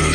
As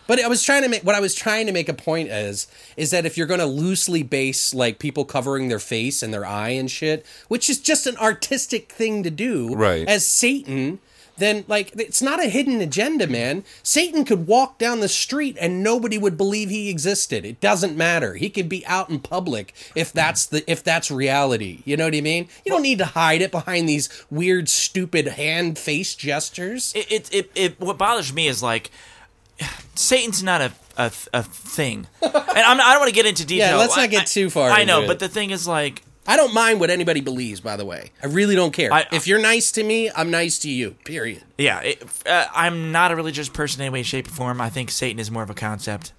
But I was trying to make what I was trying to make a point is is that if you're going to loosely base like people covering their face and their eye and shit, which is just an artistic thing to do, Right. As Satan, then like it's not a hidden agenda, man. Satan could walk down the street and nobody would believe he existed. It doesn't matter. He could be out in public if that's the if that's reality. You know what I mean? You don't need to hide it behind these weird, stupid hand face gestures. It, it, it, it, what bothers me is like, Satan's not a, a, a thing. And I'm, I don't want to get into detail. let's not I- get I- too far I into know, it. but the thing is like, I don't mind what anybody believes, by the way. I really don't care. I- if you're nice to me, I'm nice to you. Period. yeah, it, uh, I'm not a religious person in any way, shape, or form. I think Satan is more of a concept.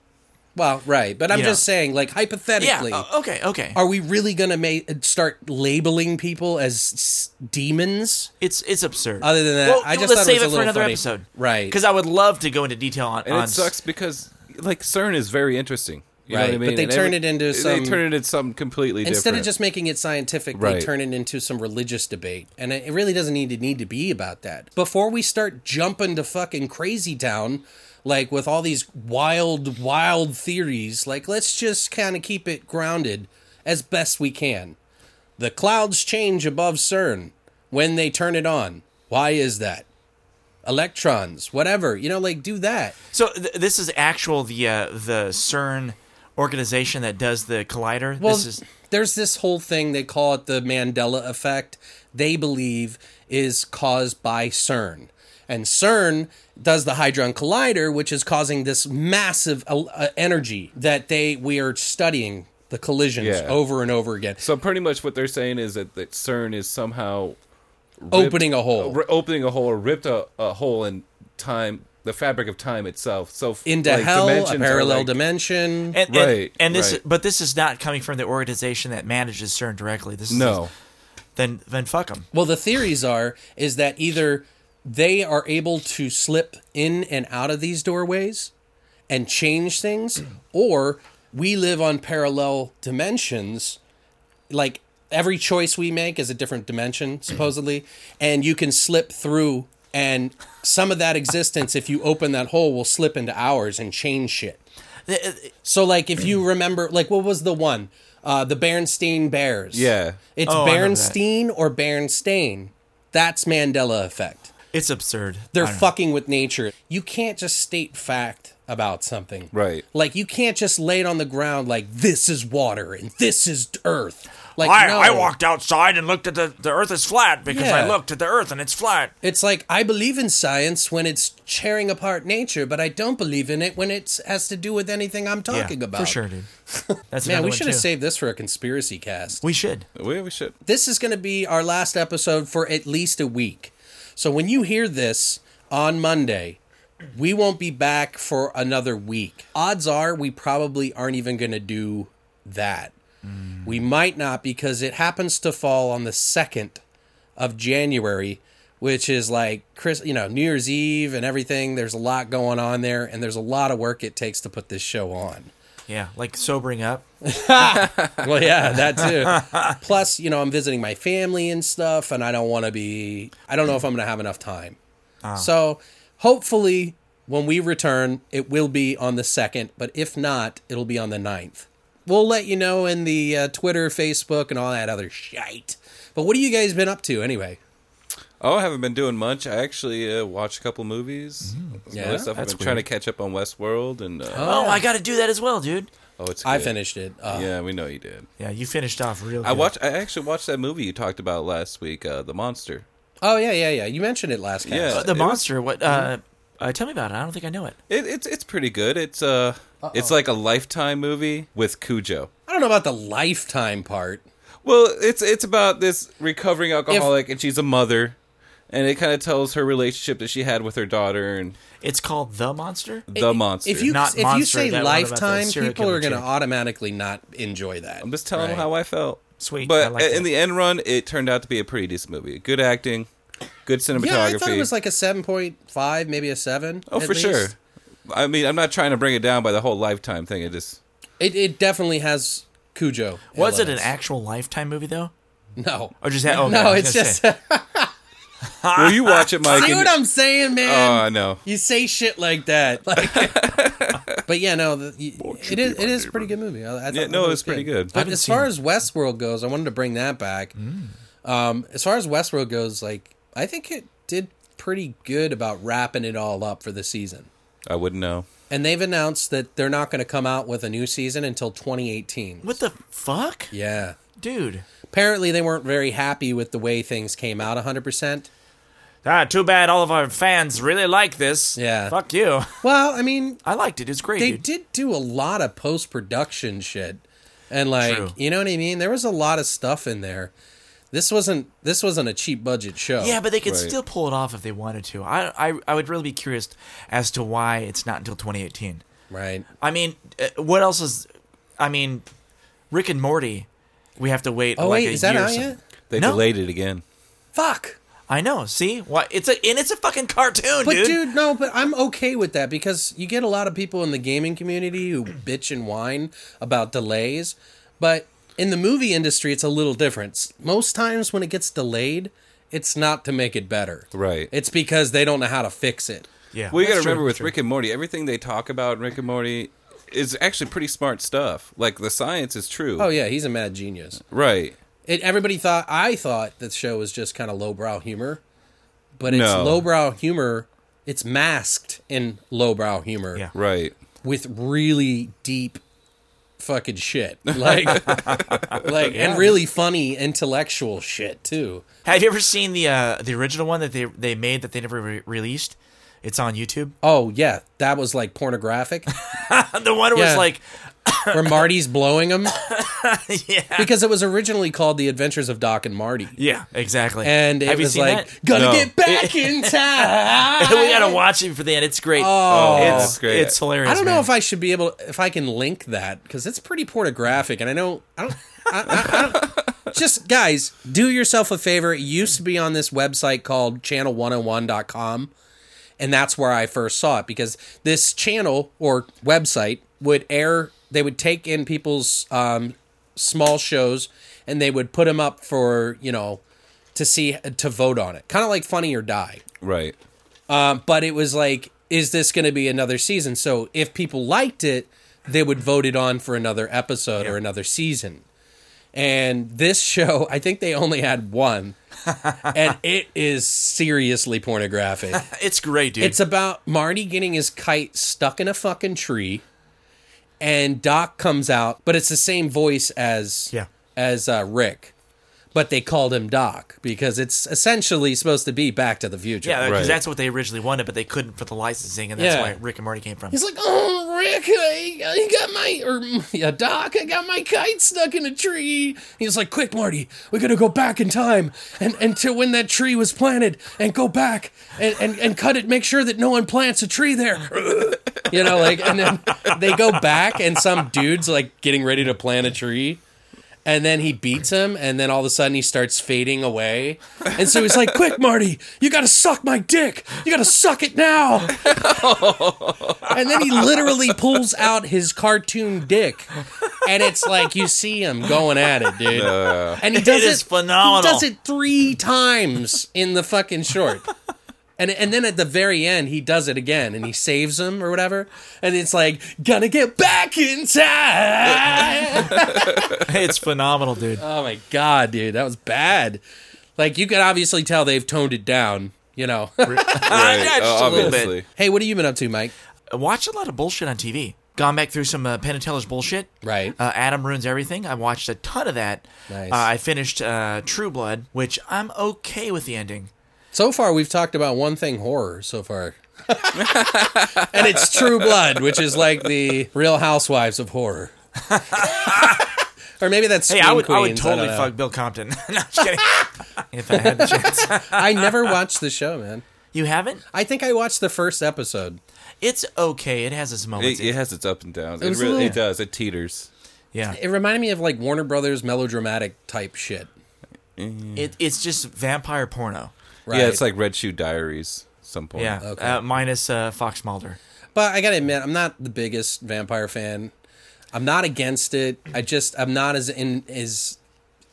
Well, right, but I'm Yeah. just saying, like Yeah. hypothetically, uh, okay. Okay. are we really gonna ma- start labeling people as s- demons? It's it's absurd. Other than that, Well, I just thought let's it save was a it for little another funny. episode, Right. Because I would love to go into detail on. and on it sucks because like CERN is very interesting. You know Right, what I but mean? they And turn every- it into They some- turn it into something completely Instead different. of just making it scientific, they Right. turn it into some religious debate, and it it really doesn't need to need to be about that. Before we start jumping to fucking crazy town, like with all these wild, wild theories, like let's just kind of keep it grounded as best we can. The clouds change above CERN when they turn it on. Why is that? Electrons, whatever you know, like do that. so th- this is actual the uh, the CERN organization that does the collider. Well, this is there's this whole thing they call it the Mandela effect. They believe is caused by CERN, and CERN does the Hadron Collider, which is causing this massive uh, uh, energy that they we are studying the collisions Yeah. over and over again, so pretty much what they're saying is that, that CERN is somehow opening a hole. ri- opening a hole or ripped a, a hole in time, the fabric of time itself. So f- into like, hell, dimensions a are, parallel like- dimension. and, and- Right, And this, right. but this is not coming from the organization that manages CERN directly. This is No, Then then fuck them. Well, the theories are is that either they are able to slip in and out of these doorways and change things, or we live on parallel dimensions. Like every choice we make is a different dimension, supposedly, and you can slip through. And some of that existence, if you open that hole, will slip into ours and change shit. So, like, if Mm. you remember, like, what was the one? Uh, the Bernstein Bears. Yeah. It's Oh, I remember that. Bernstein or Bernstein. That's Mandela effect. It's absurd. They're I don't know. fucking with nature. You can't just state fact about something. Right. Like, you can't just lay it on the ground like this is water and this is earth. Like, I, no. I walked outside and looked at the the Earth is flat because I Yeah. looked at the Earth and it's flat. It's like I believe in science when it's tearing apart nature, but I don't believe in it when it has to do with anything I'm talking about. for sure, dude. That's Man, another we one, should have too. saved this for a conspiracy cast. We should. we, we should. this is going to be our last episode for at least a week. So when you hear this, on Monday. We won't be back for another week. Odds are we probably aren't even going to do that. We might not because it happens to fall on the 2nd of January, which is like Chris, you know, New Year's Eve and everything. There's a lot going on there and there's a lot of work it takes to put this show on. Yeah, like sobering up. Well, yeah, that too. Plus, you know, I'm visiting my family and stuff, and I don't want to be. I don't know if I'm going to have enough time. Ah. So, hopefully, when we return, it will be on the second. But if not, it'll be on the 9th. We'll let you know in the uh, Twitter, Facebook, and all that other shite. But what have you guys been up to anyway? Oh, I haven't been doing much. I actually uh, watched a couple movies. Mm-hmm. Yeah? yeah, stuff. I've That's been trying to weird. catch up on Westworld, and uh, oh. Oh, I got to do that as well, dude. it's I good. finished it. Uh, Yeah, we know you did. Yeah, you finished off real. I good. watched. I actually watched that movie you talked about last week, uh, The Monster. Oh yeah, yeah, yeah. You mentioned it last cast. Yeah. Uh, the it was- Hmm? monster. What? Uh, uh, tell me about it. I don't think I know it. It, it's it's pretty good. It's uh, it's like a lifetime movie with Cujo. I don't know about the lifetime part. Well, it's it's about this recovering alcoholic, and she's a mother, and it kind of tells her relationship that she had with her daughter and It's called The Monster. the monster. If you Not if you Monster, say that one about the lifetime, serial people are killer going to chick. automatically not enjoy that. I'm just telling Right. how I felt. Sweet, I but like in that. the end run, it turned out to be a pretty decent movie. Good acting, good cinematography. Yeah, I thought it was like a seven point five, maybe a seven. oh, at for sure. least. I mean, I'm not trying to bring it down by the whole lifetime thing. It just It it definitely has Cujo. Was it an elements. actual Lifetime movie though, No. or just that? Oh, no, it's just. See well, you watch it, Mike. what and- I'm saying, oh, man? I know. you say shit like that. Like, but yeah, no, the, you- it is it is a pretty good movie. I, I thought- Yeah, I no, thought it was pretty good. But haven't as seen far it. as Westworld goes, I wanted to bring that back. Mm. Um, as far as Westworld goes, like I think it did pretty good about wrapping it all up for the season. I wouldn't know. And they've announced that they're not going to come out with a new season until 2018. What the fuck, Yeah. dude? Apparently, they weren't very happy with the way things came out 100%. Ah, too bad. All of our fans really like this. Yeah. Fuck you. Well, I mean, I liked it. It's great, they dude. did do a lot of post production shit. And, like, True. you know what I mean? There was a lot of stuff in there. This wasn't this wasn't a cheap budget show. Yeah, but they could Right. still pull it off if they wanted to. I, I, I would really be curious as to why it's not until 2018. right. I mean, uh, what else is? I mean, Rick and Morty. We have to wait. Oh like wait, a is that year or out something. yet? They No. delayed it again. Fuck. I know. See, why? It's a and it's a fucking cartoon, But dude. dude. no, but I'm okay with that because you get a lot of people in the gaming community who bitch and whine about delays, but in the movie industry it's a little different. S- Most times when it gets delayed, it's not to make it better. Right. It's because they don't know how to fix it. Yeah. Well, you got to that's true, remember with true. Rick and Morty, everything they talk about in Rick and Morty is actually pretty smart stuff. Like the science is true. Oh yeah, he's a mad genius. Right. It, everybody thought I thought that show was just kind of lowbrow humor, but it's No. lowbrow humor. It's masked in lowbrow humor. Yeah. Right. with really deep fucking shit like like and really funny intellectual shit too Have you ever seen the uh, the original one that they they made that they never re- released? It's on YouTube. oh yeah that was like pornographic the one was Yeah. like, where marty's blowing him yeah, because it was originally called the adventures of doc and marty yeah, exactly. and it have you was seen like that? gotta No. get back in time we gotta watch it for the end. It's great. Oh, it's that's great. It's hilarious. i don't know man. if i should be able if i can link that because it's pretty pornographic and i know i don't I, I, I don't just guys do yourself a favor it used to be on this website called channel101.com and that's where I first saw it because this channel or website would air. They would take in people's um, small shows and they would put them up for you know to see to vote on it, kind of like Funny or Die. Right. Um, but it was like, is this going to be another season? So if people liked it, they would vote it on for another episode or another season. And this show, I think they only had one, and it is seriously pornographic. It's great, dude. It's about Marty getting his kite stuck in a fucking tree, and Doc comes out, but it's the same voice as Yeah. as uh, Rick, but they called him Doc because it's essentially supposed to be Back to the Future. yeah, because Right. that's what they originally wanted, but they couldn't for the licensing, and that's Yeah. why Rick and Morty came from. He's like, oh, Rick, I, I got my or yeah, Doc, I got my kite stuck in a tree. He's like, "Quick, Marty, we gotta go back in time and and to when that tree was planted, and go back and and, and cut it. Make sure that no one plants a tree there." you know, like, and then they go back, and some dude's like getting ready to plant a tree. And then he beats him, and then all of a sudden he starts fading away. And so he's like, Quick, Marty, you gotta suck my dick. You gotta suck it now. and then he literally pulls out his cartoon dick. And it's like, you see him going at it, dude. and he does It is He phenomenal. does it three times in the fucking short. And, and then at the very end, he does it again and he saves him or whatever. And it's like, gonna get back in time. it's phenomenal, dude. Oh my god, dude, that was bad. Like you can obviously tell they've toned it down. You know. Ah, yeah, Right, just a little obviously. bit. hey, what have you been up to, Mike? I watched a lot of bullshit on TV. Gone back through some uh, Penn and Teller's bullshit. Right. Uh, Adam ruins everything. I watched a ton of that. Nice. Uh, I finished uh, True Blood, which I'm okay with the ending. So far, we've talked about one thing: horror. So far. and it's True Blood, which is like the Real Housewives of horror. or maybe that's Hey, Scream I would, I would Queens, totally don't know. fuck Bill Compton. no, I'm just kidding. if I had the chance, I never watched the show, man. you haven't. I think I watched the first episode. It's okay. It has its moments. It, it has its up and downs. It, was a really little- it does. It teeters. yeah. It reminded me of like Warner Brothers melodramatic type shit. It, it's just vampire porno. Right? Yeah, it's like Red Shoe Diaries. at Some point. Yeah. Okay. Uh, minus uh, Fox Mulder. But I gotta admit, I'm not the biggest vampire fan. I'm not against it. I just I'm not as in as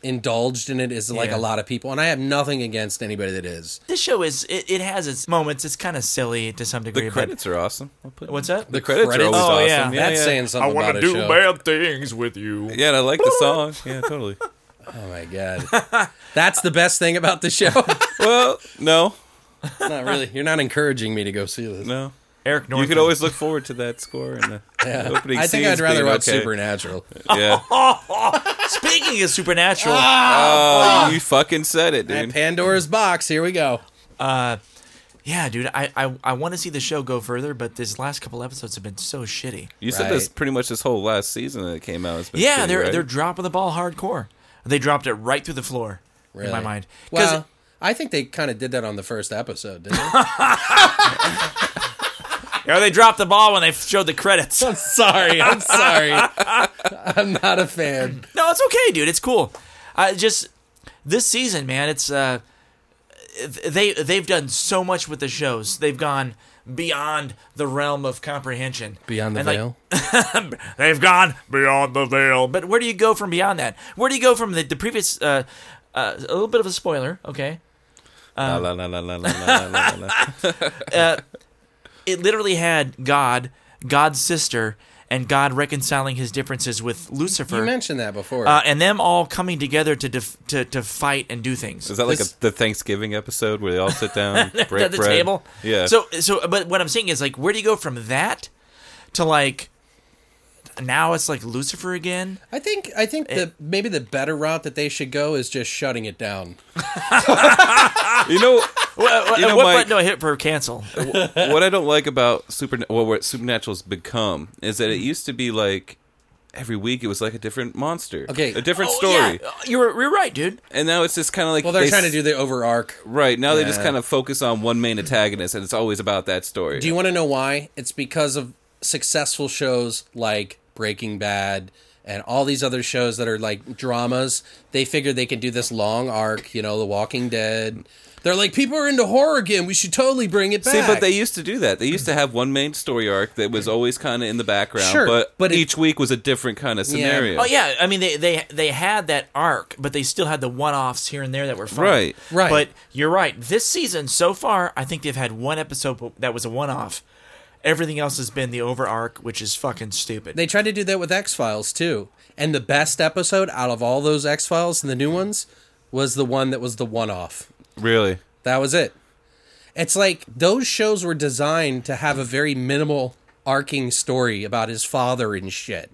indulged in it as like Yeah. a lot of people, and I have nothing against anybody that is. This show is. It, it has its moments. It's kind of silly to some degree. The but- credits are awesome. I'll put- What's that? The credits, credits? are always Oh, awesome. yeah. yeah, That's yeah. saying something about a show. things with you. Yeah, and I like the song. Yeah, totally. Oh my god, that's the best thing about the show. Well, no, not really. You're not encouraging me to go see this. no. Eric Norton. You could always look forward to that score in the opening I think I'd scenes rather being watch okay. Supernatural. Yeah. Speaking of supernatural, Oh, you fucking said it, And dude. Pandora's box. Here we go. yeah, dude, I I, I want to see the show go further, but these last couple episodes have been so shitty. You said this Right. pretty much this whole last season that it came out. It's been Yeah, shitty, they're right? they're dropping the ball hardcore. They dropped it right through the floor. Really? In my mind, 'Cause- Well, I think they kind of did that on the first episode, didn't they? or they dropped the ball when they showed the credits. I'm sorry. I'm sorry. I'm not a fan. No, it's okay, dude. It's cool. I just this season, man. It's uh, they they've done so much with the shows. They've gone beyond the realm of comprehension. Beyond the And, like, veil. they've gone beyond the veil. But where do you go from beyond that? Where do you go from the, the previous? Uh, uh, a little bit of a spoiler, okay? La, la, la, la, la, la, la, la, la. It literally had God, God's sister, and God reconciling his differences with Lucifer, you mentioned that before. uh, and them all coming together to def- to to fight and do things. Is that like a, This- the Thanksgiving episode where they all sit down, break at the bread? table. Yeah. So so but what I'm saying is like where do you go from that to like now it's like Lucifer again? I think I think eh. the maybe the better route that they should go is just shutting it down. you know What, You know, what Mike- button do I hit for cancel? what I don't like about super well, what Supernatural's become is that it used to be like every week it was like a different monster, Okay. a different Oh, story, yeah. You're you're right, dude. and now it's just kind of like Well, they're they trying s- to do the over arc. Right now, they just Yeah. kind of focus on one main antagonist, and it's always about that story. Do you want to know why? It's because of successful shows like Breaking Bad and all these other shows that are like dramas. They figured they could do this long arc. You know, The Walking Dead. They're like people are into horror again. We should totally bring it back. See, but they used to do that. They used to have one main story arc that was always kind of in the background, Sure, but, but it- each week was a different kind of scenario. Oh yeah, I mean they they they had that arc, but they still had the one-offs here and there that were fun. Right. Right. But you're right. This season so far, I think they've had one episode that was a one-off. Everything else has been the over arc, which is fucking stupid. They tried to do that with X Files too. And the best episode out of all those X Files and the new ones was the one that was the one off. Really? That was it. It's like those shows were designed to have a very minimal arcing story about his father and shit.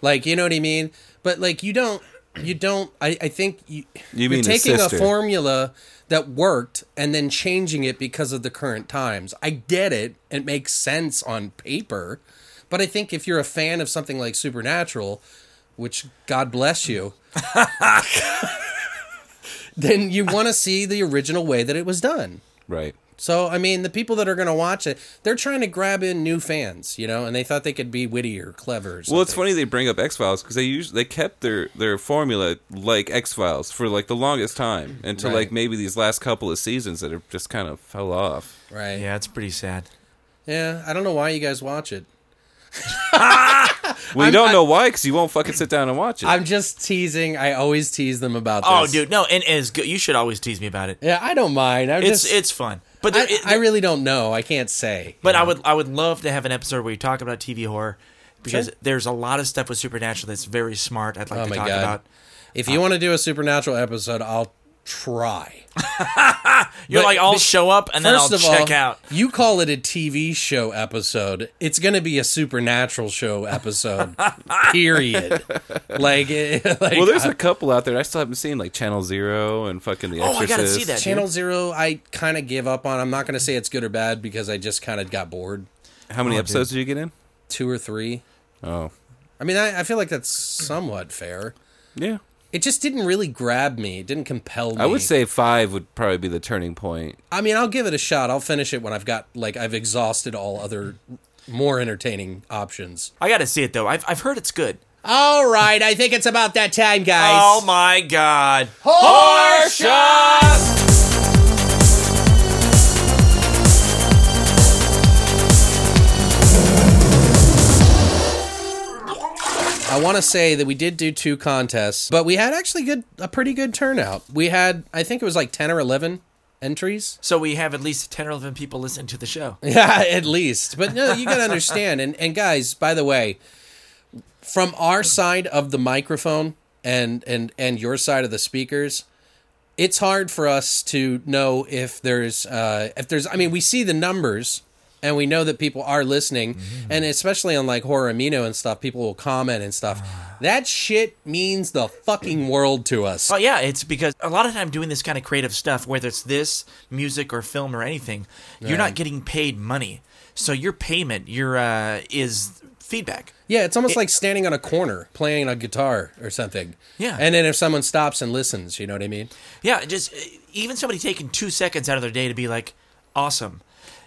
Like, you know what I mean? But like you don't you don't I, I think you, You are mean his taking a sister. formula that worked and then changing it because of the current times. I get it. It makes sense on paper. But I think if you're a fan of something like Supernatural, which God bless you, then you want to see the original way that it was done. Right. So I mean, the people that are going to watch it, they're trying to grab in new fans, you know, and they thought they could be witty or clever. Or Well, it's something. funny they bring up X Files because they usually they kept their their formula like X Files for like the longest time until Right. like maybe these last couple of seasons that have just kind of fell off. right? Yeah, it's pretty sad. yeah. I don't know why you guys watch it. We don't know why because you won't fucking sit down and watch it. I'm just teasing. I always tease them about this. Oh, dude, no, and it's good. You should always tease me about it. Yeah, I don't mind. I It's just, it's fun, but there, I, it- I really don't know. I can't say. but I would I would love to have an episode where you talk about TV horror because Sure. there's a lot of stuff with supernatural that's very smart. I'd like Oh to my talk God. about. If you want to do a supernatural episode, I'll try. You're But- like I'll but show up and then I'll First of check all, out. you call it a TV show episode. It's going to be a supernatural show episode. period. Like, eh, like well, there's I- a couple out there I still haven't seen like Channel Zero and fucking The Oh, I Exorcist. gotta see that. Channel Zero. I kind of give up on. I'm not going to say it's good or bad because I just kind of got bored. How many episodes did you get in? Two or three. Oh, I mean, I, I feel like that's somewhat fair. yeah. It just didn't really grab me. It didn't compel me. I would say five would probably be the turning point. I mean, I'll give it a shot. I'll finish it when I've got like I've exhausted all other more entertaining options. I gotta see it though. I've I've heard it's good. All right, I think it's about that time, guys. Oh my god. I want to say that we did do two contests, but we had actually good a pretty good turnout. We had I think it was like 10 or 11 entries. So we have at least ten or eleven people listening to the show. Yeah, at least. But no, you got to understand and and guys, by the way, from our side of the microphone and and and your side of the speakers, it's hard for us to know if there's uh if there's I mean, we see the numbers and we know that people are listening and especially on like horror amino and stuff, people will comment and stuff. That shit means the fucking world to us. Oh yeah, it's because a lot of time doing this kind of creative stuff, whether it's this music or film or anything, you're not getting paid money. So your payment, your uh, is feedback. Yeah, it's almost like standing on a corner playing a guitar or something. Yeah. And then if someone stops and listens, you know what I mean? Yeah, just eh, even somebody taking two seconds out of their day to be like, awesome,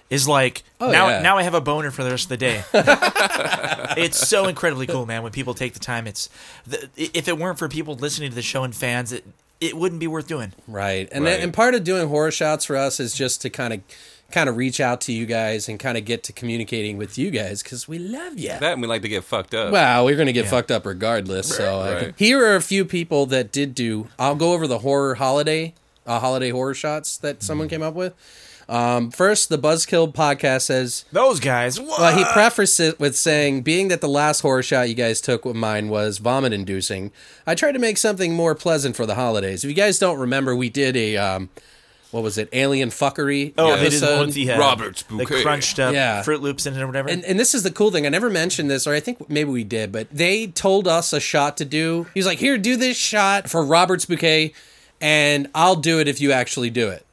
is like now. Oh, yeah. Now I have a boner for the rest of the day. it's so incredibly cool, man. When people take the time, it's the, if it weren't for people listening to the show and fans, it it wouldn't be worth doing. Right. And Right. and part of doing horror shots for us is just to kind of kind of reach out to you guys and kind of get to communicating with you guys cuz we love you. That and we like to get fucked up. Wow, we're going to get fucked up regardless. So I Right. can- here are a few people that did do. I'll go over the horror holiday, uh, holiday horror shots that someone Mm. came up with. Um, first, the Buzzkill podcast says Those guys. well, he prefaced it with saying, being that the last horror shot you guys took with mine was vomit inducing, I tried to make something more pleasant for the holidays. If you guys don't remember, we did a, um, what was it, alien fuckery Oh, they did the episode. ones he had. Robert's They bouquet. crunched up Yeah. Fruit Loops in it or whatever. and, and this is the cool thing. I never mentioned this, or I think maybe we did, but they told us a shot to do. He was like, here, do this shot for Robert's bouquet, and I'll do it if you actually do it.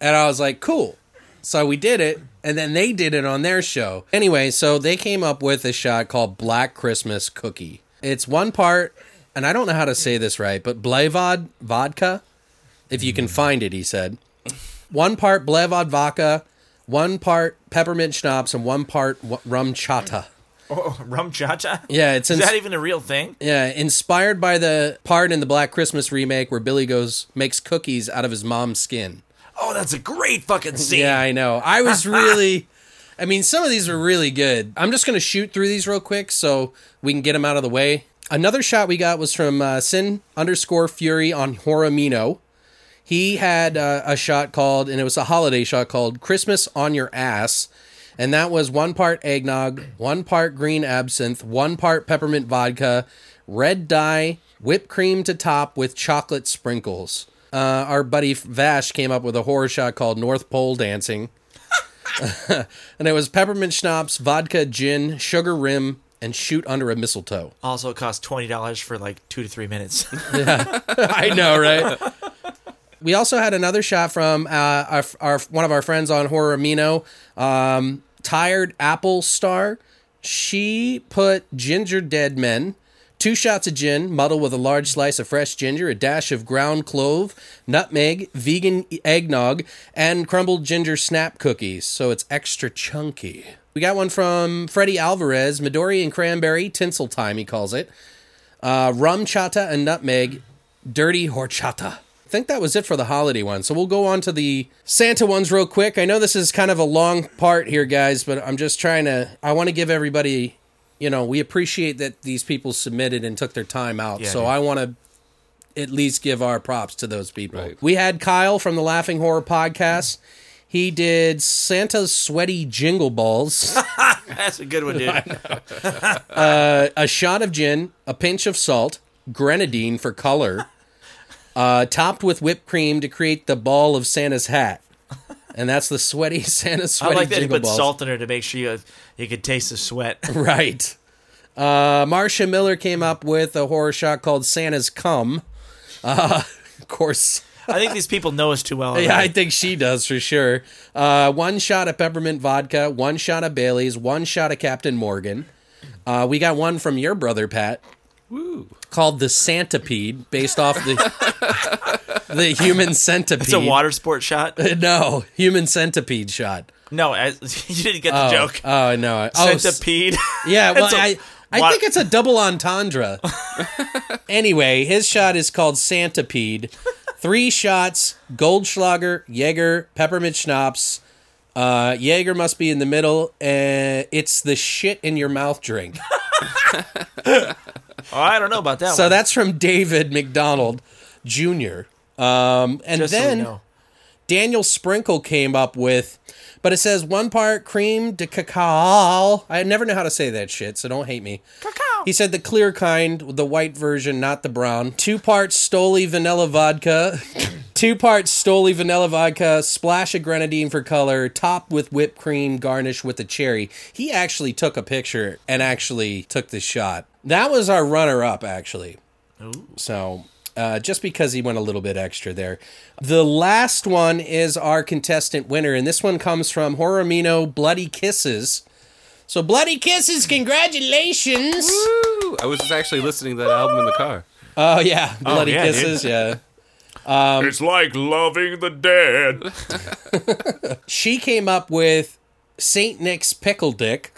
And I was like, cool. So we did it, and then they did it on their show. Anyway, so they came up with a shot called Black Christmas Cookie. It's one part, and I don't know how to say this right, but Blevod vodka, if you can find it, he said. One part Blevod vodka, one part peppermint schnapps, and one part w- rum chata. oh, rum cha cha? Yeah, it's Is ins- that even a real thing? yeah, inspired by the part in the Black Christmas remake where Billy goes makes cookies out of his mom's skin. Oh, that's a great fucking scene. Yeah, I know. I was really. I mean, some of these were really good. I'm just going to shoot through these real quick so we can get them out of the way. Another shot we got was from uh, Sin underscore Fury on Horamino. He had uh, a shot called, and it was a holiday shot called Christmas on Your Ass. And that was one part eggnog, one part green absinthe, one part peppermint vodka, red dye, whipped cream to top with chocolate sprinkles. Uh, our buddy Vash came up with a horror shot called North Pole Dancing. and it was peppermint schnapps, vodka, gin, sugar rim, and shoot under a mistletoe. Also, it costs $20 for like two to three minutes. I know, right? We also had another shot from uh, our, our one of our friends on Horror Amino, um, Tired Apple Star. she put ginger dead men, two shots of gin, muddled with a large slice of fresh ginger, a dash of ground clove, nutmeg, vegan eggnog, and crumbled ginger snap cookies. So it's extra chunky. We got one from Freddie Alvarez, Midori and Cranberry, tinsel time, he calls it. Uh, rum chata and nutmeg, dirty horchata. I think that was it for the holiday one. So we'll go on to the Santa ones real quick. I know this is kind of a long part here, guys, but I'm just trying to. I want to give everybody, you know, we appreciate that these people submitted and took their time out. Yeah, so dude. I want to at least give our props to those people. Right. We had Kyle from the Laughing Horror Podcast. He did Santa's Sweaty Jingle Balls. That's a good one, dude. a shot of gin, a pinch of salt, grenadine for color, uh, topped with whipped cream to create the ball of Santa's hat. And that's the sweaty Santa's I sweaty like that he jingle put balls. salt in her to make sure you you could taste the sweat. Right. Uh, Marsha Miller came up with a horror shot called Santa's Cum. Uh, of course. I think these people know us too well. Yeah, I already. think she does for sure. Uh, one shot of peppermint vodka, one shot of Bailey's, one shot of Captain Morgan. Uh, we got one from your brother Pat. Called the Santipede, based off the the human centipede. it's a water sport shot. No, human centipede shot. No, I, you didn't get the Oh, joke. Oh no. Oh, s- Centipede. yeah, well, It's a- I I Wa- think it's a double entendre. anyway, his shot is called Santipede. Three shots: Goldschlager, Jaeger, peppermint schnapps. Uh, Jaeger must be in the middle. Uh, it's the shit in your mouth drink. Oh, I don't know about that. So one. that's from David McDonald Jr. Um, and Just so you then know. Daniel Sprinkle came up with, but it says one part cream de cacao. I never know how to say that shit, so don't hate me. Cacao. He said the clear kind, the white version, not the brown. Two parts Stoli vanilla vodka. Two parts Stoli vanilla vodka, splash of grenadine for color, topped with whipped cream, garnish with a cherry. He actually took a picture and actually took the shot. That was our runner up, actually. So uh, just because he went a little bit extra there. The last one is our contestant winner, and this one comes from Horomino Bloody Kisses. So Bloody Kisses, congratulations! Woo! I was just actually listening to that album in the car. Oh yeah, Bloody yeah, dude. Kisses, yeah. it's like loving the dead. She came up with Saint Nick's pickle dick.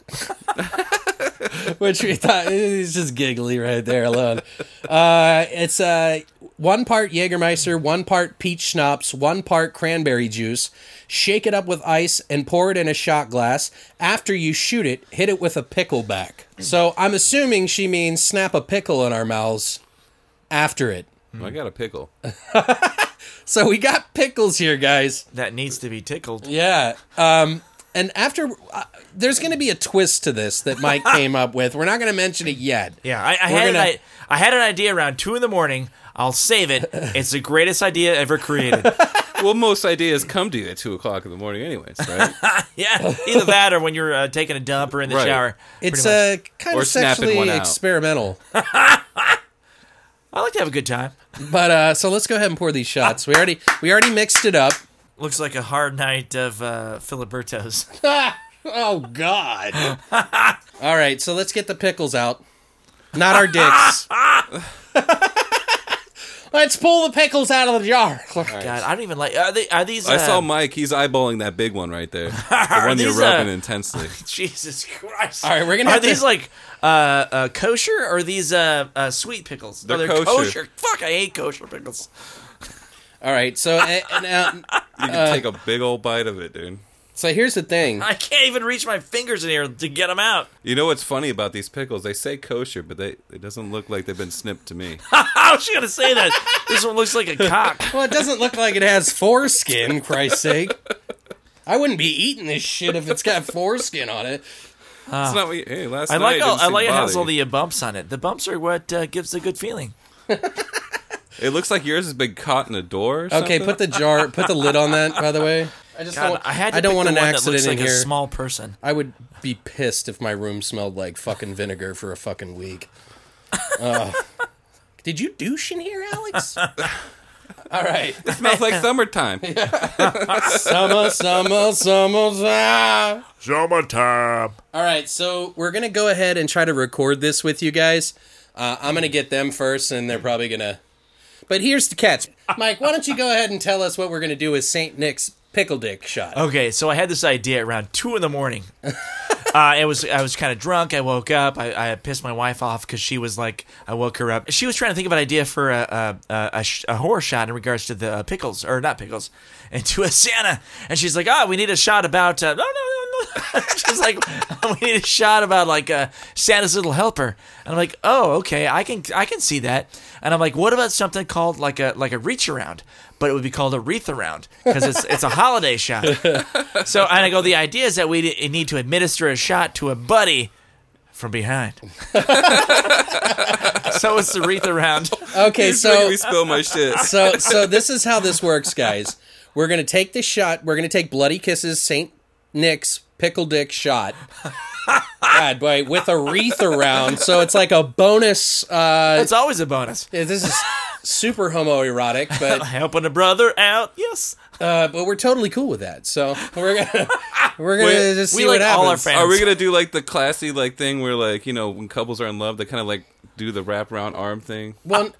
Which we thought is just giggly right there alone. Uh, it's uh, one part Jägermeister, one part peach schnapps, one part cranberry juice. Shake it up with ice and pour it in a shot glass. After you shoot it, hit it with a pickle back. So I'm assuming she means snap a pickle in our mouths after it. I got a pickle. So we got pickles here, guys. That needs to be tickled. Yeah. Um, and after, uh, there's going to be a twist to this that Mike came up with. We're not going to mention it yet. Yeah, I, I We're had an, gonna- I, I had an idea around two in the morning. I'll save it. It's the greatest idea ever created. well, most ideas come to you at two o'clock in the morning, anyways, right? yeah, either that or when you're uh, taking a dump or in the Right. shower. It's pretty much. uh, kind Or of snapping sexually one out. experimental. I like to have a good time. But uh, so let's go ahead and pour these shots. We already we already mixed it up. Looks like a hard night of uh, Filiberto's. oh God! All right, so let's get the pickles out. Not our dicks. let's pull the pickles out of the jar. God, I don't even like. Are they? Are these? I uh, saw Mike. He's eyeballing that big one right there, the one you're These, uh, rubbing intensely. Jesus Christ! All right, we're gonna Are have to- these like uh, uh, kosher or are these uh, uh, sweet pickles? They're oh, they're kosher. Fuck! I hate kosher pickles. All right, so uh, and, uh, You can take a big old bite of it, dude. so here's the thing. I can't even reach my fingers in here to get them out. You know what's funny about these pickles? They say kosher, but they it doesn't look like they've been snipped to me. How's she gonna say that? this one looks like a cock. Well, it doesn't look like it has foreskin, Christ's sake. I wouldn't be eating this shit if it's got foreskin on it. it's not what you, hey, last I like night. all, didn't I seem like it to has bother all you. the uh, bumps on it. The bumps are what uh, gives a good feeling. It looks like yours has been caught in a door. Or Okay, something. put the jar, put the lid on that. By the way, I just God, don't, I had. To I don't pick want the an one accident that looks like in here. A small person. I would be pissed if my room smelled like fucking vinegar for a fucking week. Ugh. Did you douche in here, Alex? All right. It smells like summertime. summer, summer, summer, summer. Summertime. All right, so we're gonna go ahead and try to record this with you guys. Uh, I'm gonna get them first, and they're probably gonna. But here's the catch, Mike. Why don't you go ahead and tell us what we're gonna do with Saint Nick's pickle dick shot? Okay, so I had this idea around two in the morning. uh, it was I was kind of drunk. I woke up. I, I pissed my wife off because she was like, I woke her up. She was trying to think of an idea for a a, a, a, sh- a horror shot in regards to the uh, pickles or not pickles, and to a Santa. And she's like, Oh, we need a shot about uh, no no no no. she's like, We need a shot about like uh, Santa's Little Helper. And I'm like, Oh, okay, I can I can see that. And I'm like, What about something called like a like a reach around? but it would be called a wreath around because it's it's a holiday shot. So and I go, the idea is that we d- need to administer a shot to a buddy from behind. so it's the wreath around. Uh, Okay, so we spill my shit. so so this is how this works, guys. We're gonna take the shot. We're gonna take Bloody Kisses Saint Nick's pickle dick shot. God, boy, with a wreath around, so it's like a bonus. Uh, It's always a bonus. yeah, this is super homoerotic, but Helping a brother out, yes. uh, but we're totally cool with that. So we're gonna we're gonna We- just see we what like happens. all our friends. Are we gonna do like the classy like thing where like you know when couples are in love they kind of like do the wraparound arm thing? Well,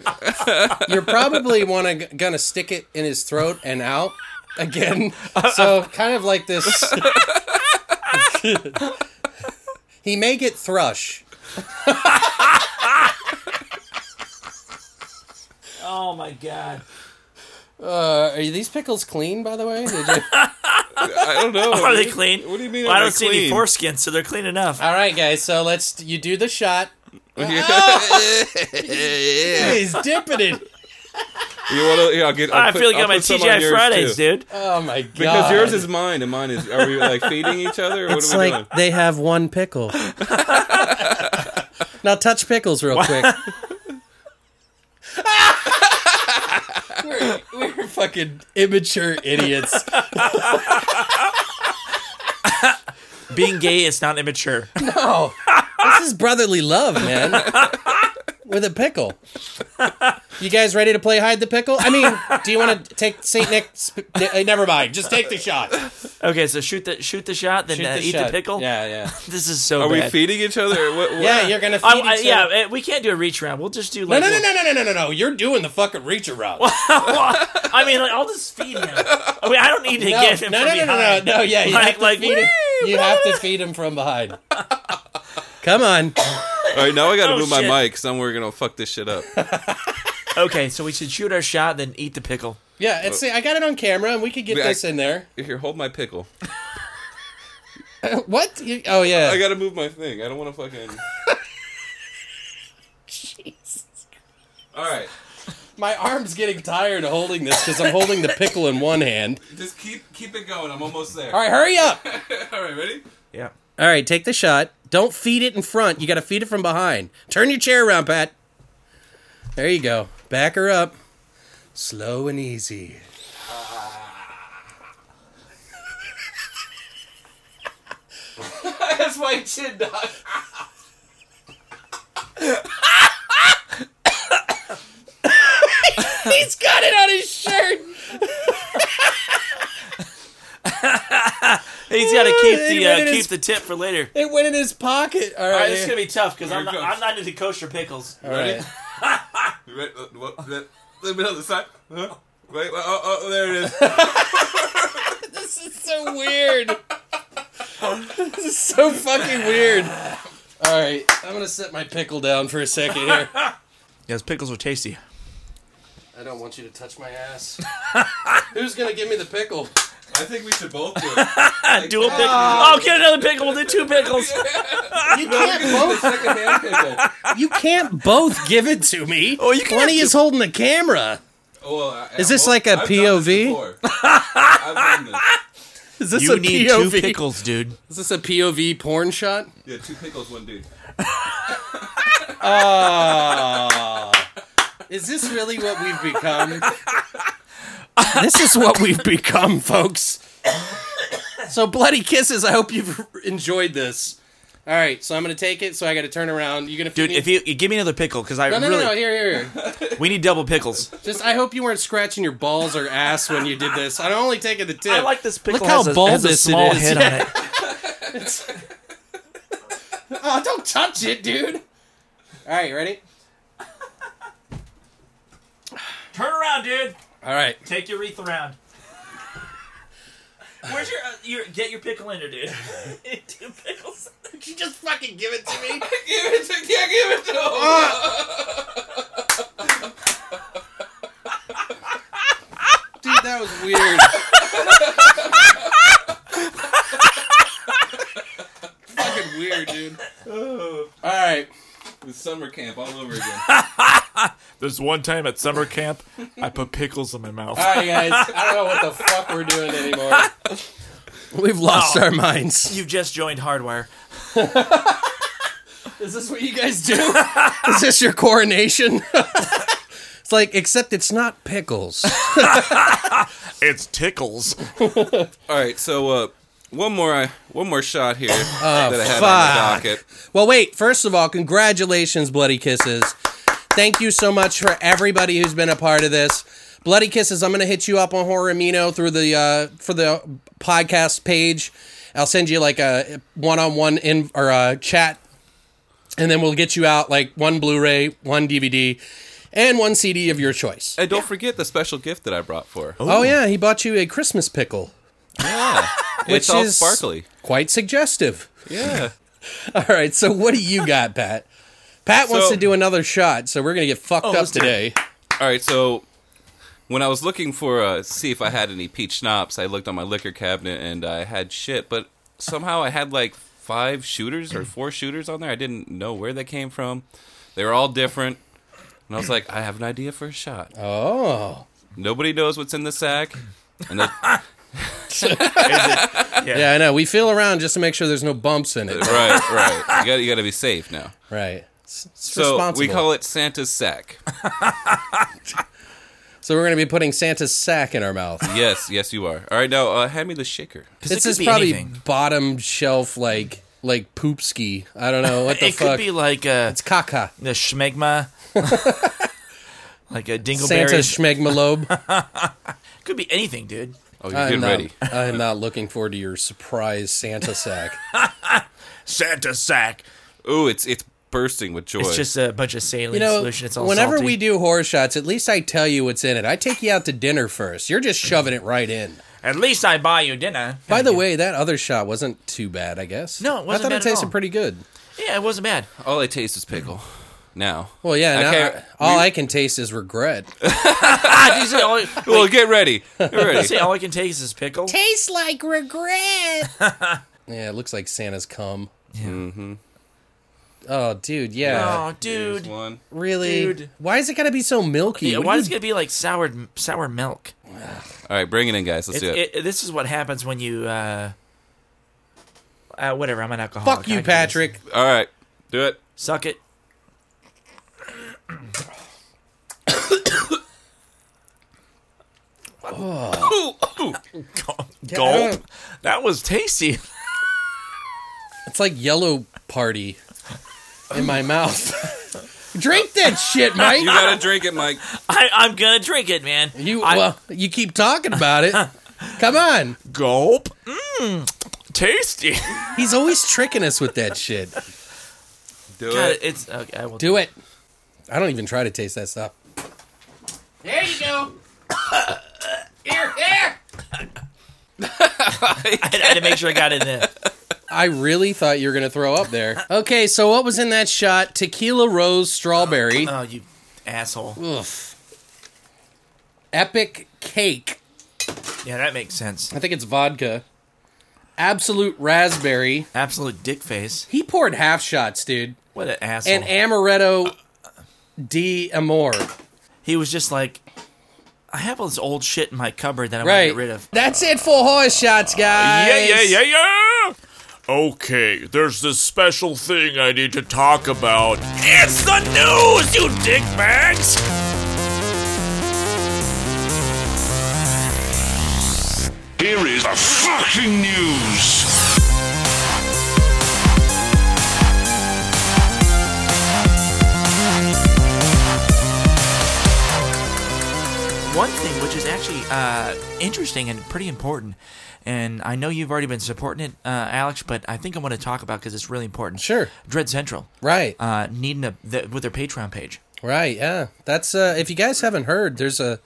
you're probably wanna gonna stick it in his throat and out again. So kind of like this. he may get thrush. Oh my god. Uh, are these pickles clean, by the way? Did you- I don't know. Are they clean? What do you mean? Well, are I they don't see any clean? foreskin, so they're clean enough. All right, guys. So let's you do the shot. He's dipping it. You want to? Yeah, I'll get. I'll I put- feel like I'll I'm on put some TGI yours, Fridays, too. dude. Oh my god! Because yours is mine and mine is. Are we like feeding each other? Or It's what are we like doing? they have one pickle. now touch pickles real quick. we're, we're fucking immature idiots. Being gay is not immature. No, this is brotherly love, man. With a pickle. You guys ready to play hide the pickle? I mean, do you want to take Saint Nick's? p- eh, Never mind. Just take the shot. Okay, so shoot the shoot the shot, then Shoot uh, the eat shot. the pickle. Yeah, yeah. This is so Are we bad. feeding each other? Or what, what? Yeah, you're gonna feed I, I, each yeah, other. eh, we can't do a reach around. We'll just do No, like. no, no, no, no, no, no, no, no. You're doing the fucking reach around. I mean, like, I'll just feed him. I mean, I don't need to No, get him no, from no, no, no, no, behind. no, yeah, you Like- have to like, feed him. You have to feed him from behind. Come on. All right, now I gotta Oh, move my shit. mic. Somewhere gonna fuck this shit up. Okay, so we should shoot our shot, then eat the pickle. Yeah, it's, I got it on camera, and we could get Yeah, I- this in there. Here, hold my pickle. What? You, oh yeah. I gotta move my thing. I don't want to fucking. Jesus. All right, My arm's getting tired of holding this because I'm holding the pickle in one hand. just keep keep it going. I'm almost there. All right, hurry up. All right, ready? Yeah. All right, take the shot. Don't feed it in front. You got to feed it from behind. Turn your chair around, Pat. There you go. Back her up. Slow and easy. That's my chin dog. He's got it on his shirt. He's got to keep the Anyway, uh, it keep is- the tip for later. It went in his pocket. All All right. right, this is gonna be tough because I'm Here not, it I'm comes. not into kosher pickles. All right. You ready? Uh, what- that- Let me on the side. Huh? Wait, oh, oh, oh, there it is. This is so weird. this is so fucking weird. All right, I'm gonna set my pickle down for a second here. Yes, pickles are tasty. I don't want you to touch my ass. Who's gonna give me the pickle? I think we should both do it. Dual pickle. Ah. Oh, get another pickle. We'll do two pickles. You can't both. Second hand pickle. You can't both give it to me. Oh, you can't One of do- you's holding the camera. Oh, well, I- Is this well, like a I've POV? done this before. I've done this. Is this You a need POV? two pickles, dude. Is this a POV porn shot? Yeah, two pickles, one dude. Is this really what we've become? this is what we've become, folks. So, Bloody Kisses, I hope you've enjoyed this. All right, so I'm gonna take it. So I got to turn around. You gonna feed Dude, me? if you, you give me another pickle, because I no, no, really no, no, here, here, here. we need double pickles. Just I hope you weren't scratching your balls or ass when you did this. I'm only taking the tip. I like this pickle. Look how has a, bold has a this it small is. head on it. Oh, don't touch it, dude. All right, ready? Turn around, dude. All right. Take your wreath around. Where's your, uh, your get your pickle in her, dude? Two pickles. You just fucking give it to me. it to, yeah, give it to him. Dude, that was weird. fucking weird, dude. All right. It's summer camp all over again. There's one time at summer camp, I put pickles in my mouth. Uh, All right, guys. I don't know what the fuck we're doing anymore. We've lost our minds. You've just joined Hardwire. Is this what you guys do? Is this your coronation? it's like, except it's not pickles. It's tickles. All right, so uh, one more, I one more shot here that I had on the docket. Well, wait. First of all, congratulations, Bloody Kisses. Thank you so much for everybody who's been a part of this. Bloody Kisses, I'm going to hit you up on Horror Amino through the uh, for the podcast page. I'll send you like a one-on-one in or a chat, and then we'll get you out like one Blu-ray, one DVD, and one CD of your choice. And don't forget the special gift that I brought for. her. Oh yeah, he bought you a Christmas pickle, yeah, which it's all is sparkly. quite suggestive. Yeah, All right, so what do you got, Pat? Pat wants So- Oh, to do another shot, so we're gonna get fucked up let's do it. today. All right, so when I was looking for uh see if I had any peach schnapps, I looked on my liquor cabinet and I had shit, but somehow I had like five shooters or four shooters on there. I didn't know where they came from. They were all different. And I was like, I have an idea for a shot. Oh, Nobody knows what's in the sack. And the, yeah, I know. We feel around just to make sure there's no bumps in it, right, right. You got you got to be safe now. right? It's, it's So responsible. we call it Santa's sack. so we're gonna be putting Santa's sack in our mouth. Yes, yes, you are. All right, now uh, hand me the shaker. This is probably bottom shelf, like like poopski. I don't know what the it fuck. could be like a, it's caca. a schmegma, like a dingleberry. Santa's schmegma lobe. could be anything, dude. Oh, you're I'm getting not, ready. I am not looking forward to your surprise Santa sack. Santa sack. Ooh, it's it's bursting with joy. It's just a bunch of saline You know, solution. It's all whenever salty. we do horror shots, at least I tell you what's in it. I take you out to dinner first. You're just shoving it right in. At least I buy you dinner. By the way, that other shot wasn't too bad, I guess. No, it wasn't I thought bad it at tasted all. pretty good. Yeah, it wasn't bad. All I taste is pickle. Now. Well, yeah. Now, can't- I- all I can taste is regret. Ah, these are all, like, Well, get ready. Get ready. see, all I can take is this pickle. Tastes like regret. yeah, it looks like Santa's cum. Mm-hmm. Oh, dude, yeah, Oh, dude. One. really? dude. Why is it gotta be so milky? Yeah, What why do is it you- gonna be like sour sour milk? All right, bring it in, guys. Let's It's, do it. it, this is what happens when you. Uh, uh, whatever. I'm an alcoholic. Fuck I you, can do this. Patrick. All right, do it. Suck it. Gulp. That was tasty. It's like yellow party in my mouth. Drink that shit, Mike. You gotta drink it, Mike. I, I'm gonna drink it, man. You I- well, you keep talking about it. Come on. gulp. Mmm, tasty. He's always tricking us with that shit. Do God, it. it's okay. I will Do it. I don't even try to taste that stuff. There you go. here, here. I had to make sure I got it in there. I really thought you were going to throw up there. Okay, so what was in that shot? Tequila rose strawberry. Oh, you asshole. Ugh. Epic cake. Yeah, that makes sense. I think it's vodka. Absolute raspberry. Absolute dick face. He poured half shots, dude. What an asshole. And amaretto di amore. he was just like, I have all this old shit in my cupboard that I want to Right. get rid of. That's it for horse shots, guys. Yeah, yeah, yeah, yeah. Okay, there's this special thing I need to talk about. It's the news, you dickbags! Here is the fucking news. uh, interesting and pretty important. And I know you've already been supporting it, uh, Alex, but I think I want to talk about because it's really important. Sure. Dread Central, Right. Uh, needing a the, with their Patreon page. Right, yeah. That's uh if you guys haven't heard, there's a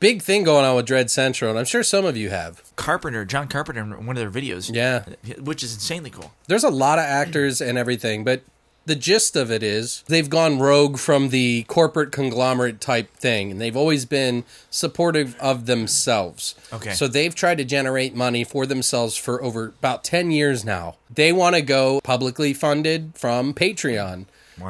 big thing going on with Dread Central, and I'm sure some of you have. Carpenter, John Carpenter, in one of their videos. Yeah. Which is insanely cool. There's a lot of actors and everything, but the gist of it is they've gone rogue from the corporate conglomerate type thing, and they've always been supportive of themselves. Okay. So they've tried to generate money for themselves for over about 10 years now. They want to go publicly funded from Patreon.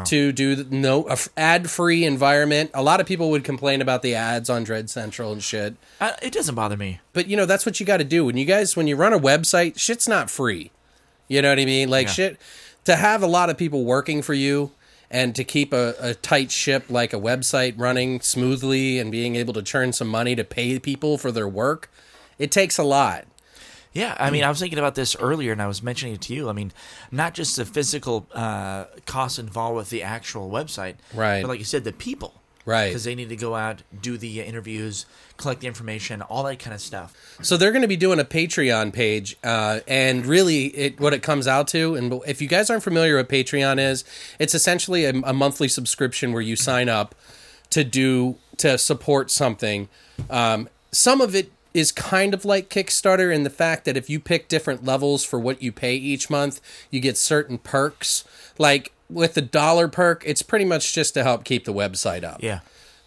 To do the- no a f- ad-free environment. A lot of people would complain about the ads on Dread Central and shit. Uh, it doesn't bother me. But you know, that's what you got to do when you guys when you run a website. Shit's not free. You know what I mean? Like Yeah. shit. To have a lot of people working for you and to keep a, a tight ship like a website running smoothly and being able to churn some money to pay people for their work, it takes a lot. Yeah, I mean, I was thinking about this earlier, and I was mentioning it to you. I mean, not just the physical uh, costs involved with the actual website, Right. But like you said, the people, Right. Because they need to go out, do the interviews, collect the information, all that kind of stuff. So they're going to be doing a Patreon page, uh, and really, it what it comes out to. And if you guys aren't familiar what Patreon is, it's essentially a, a monthly subscription where you sign up to do to support something. Um, some of it is kind of like Kickstarter in the fact that if you pick different levels for what you pay each month, you get certain perks. Like with the dollar perk, it's pretty much just to help keep the website up Yeah,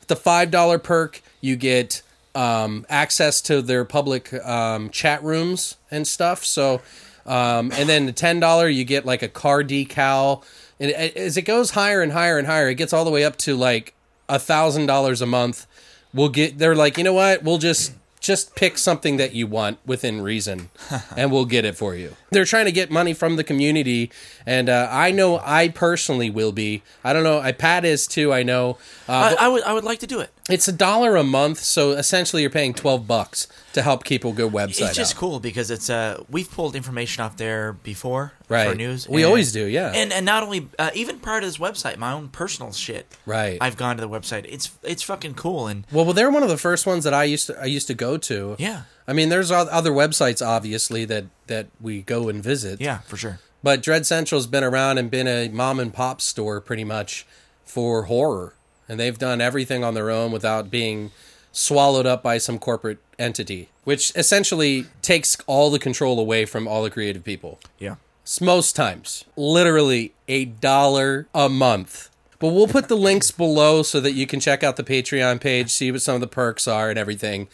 the five dollar perk, you get um, access to their public um, chat rooms and stuff. So, um, and then the ten dollar, you get like a car decal. And a- as it goes higher and higher and higher, it gets all the way up to like a thousand dollars a month. We'll get. They're like, you know what? We'll just just pick something that you want within reason and we'll get it for you they're trying to get money from the community and uh, i know i personally will be i don't know i pat is too i know uh, I, I would, I would like to do it. it's a dollar a month, so essentially you're paying twelve bucks to help keep a good website. It's just up. cool because it's uh, we've pulled information off there before for Right. news. We always do, yeah. And and not only uh, even prior to this website, my own personal shit. Right. I've gone to the website. It's it's fucking cool and Well, well, they're one of the first ones that I used to I used to go to. yeah, I mean, there's oth- other websites obviously that that we go and visit. yeah, for sure. But Dread Central's been around and been a mom and pop store pretty much for horror, and they've done everything on their own without being swallowed up by some corporate entity, which essentially takes all the control away from all the creative people. Yeah. It's most times literally a dollar a month but we'll put the links below so that you can check out the patreon page see what some of the perks are and everything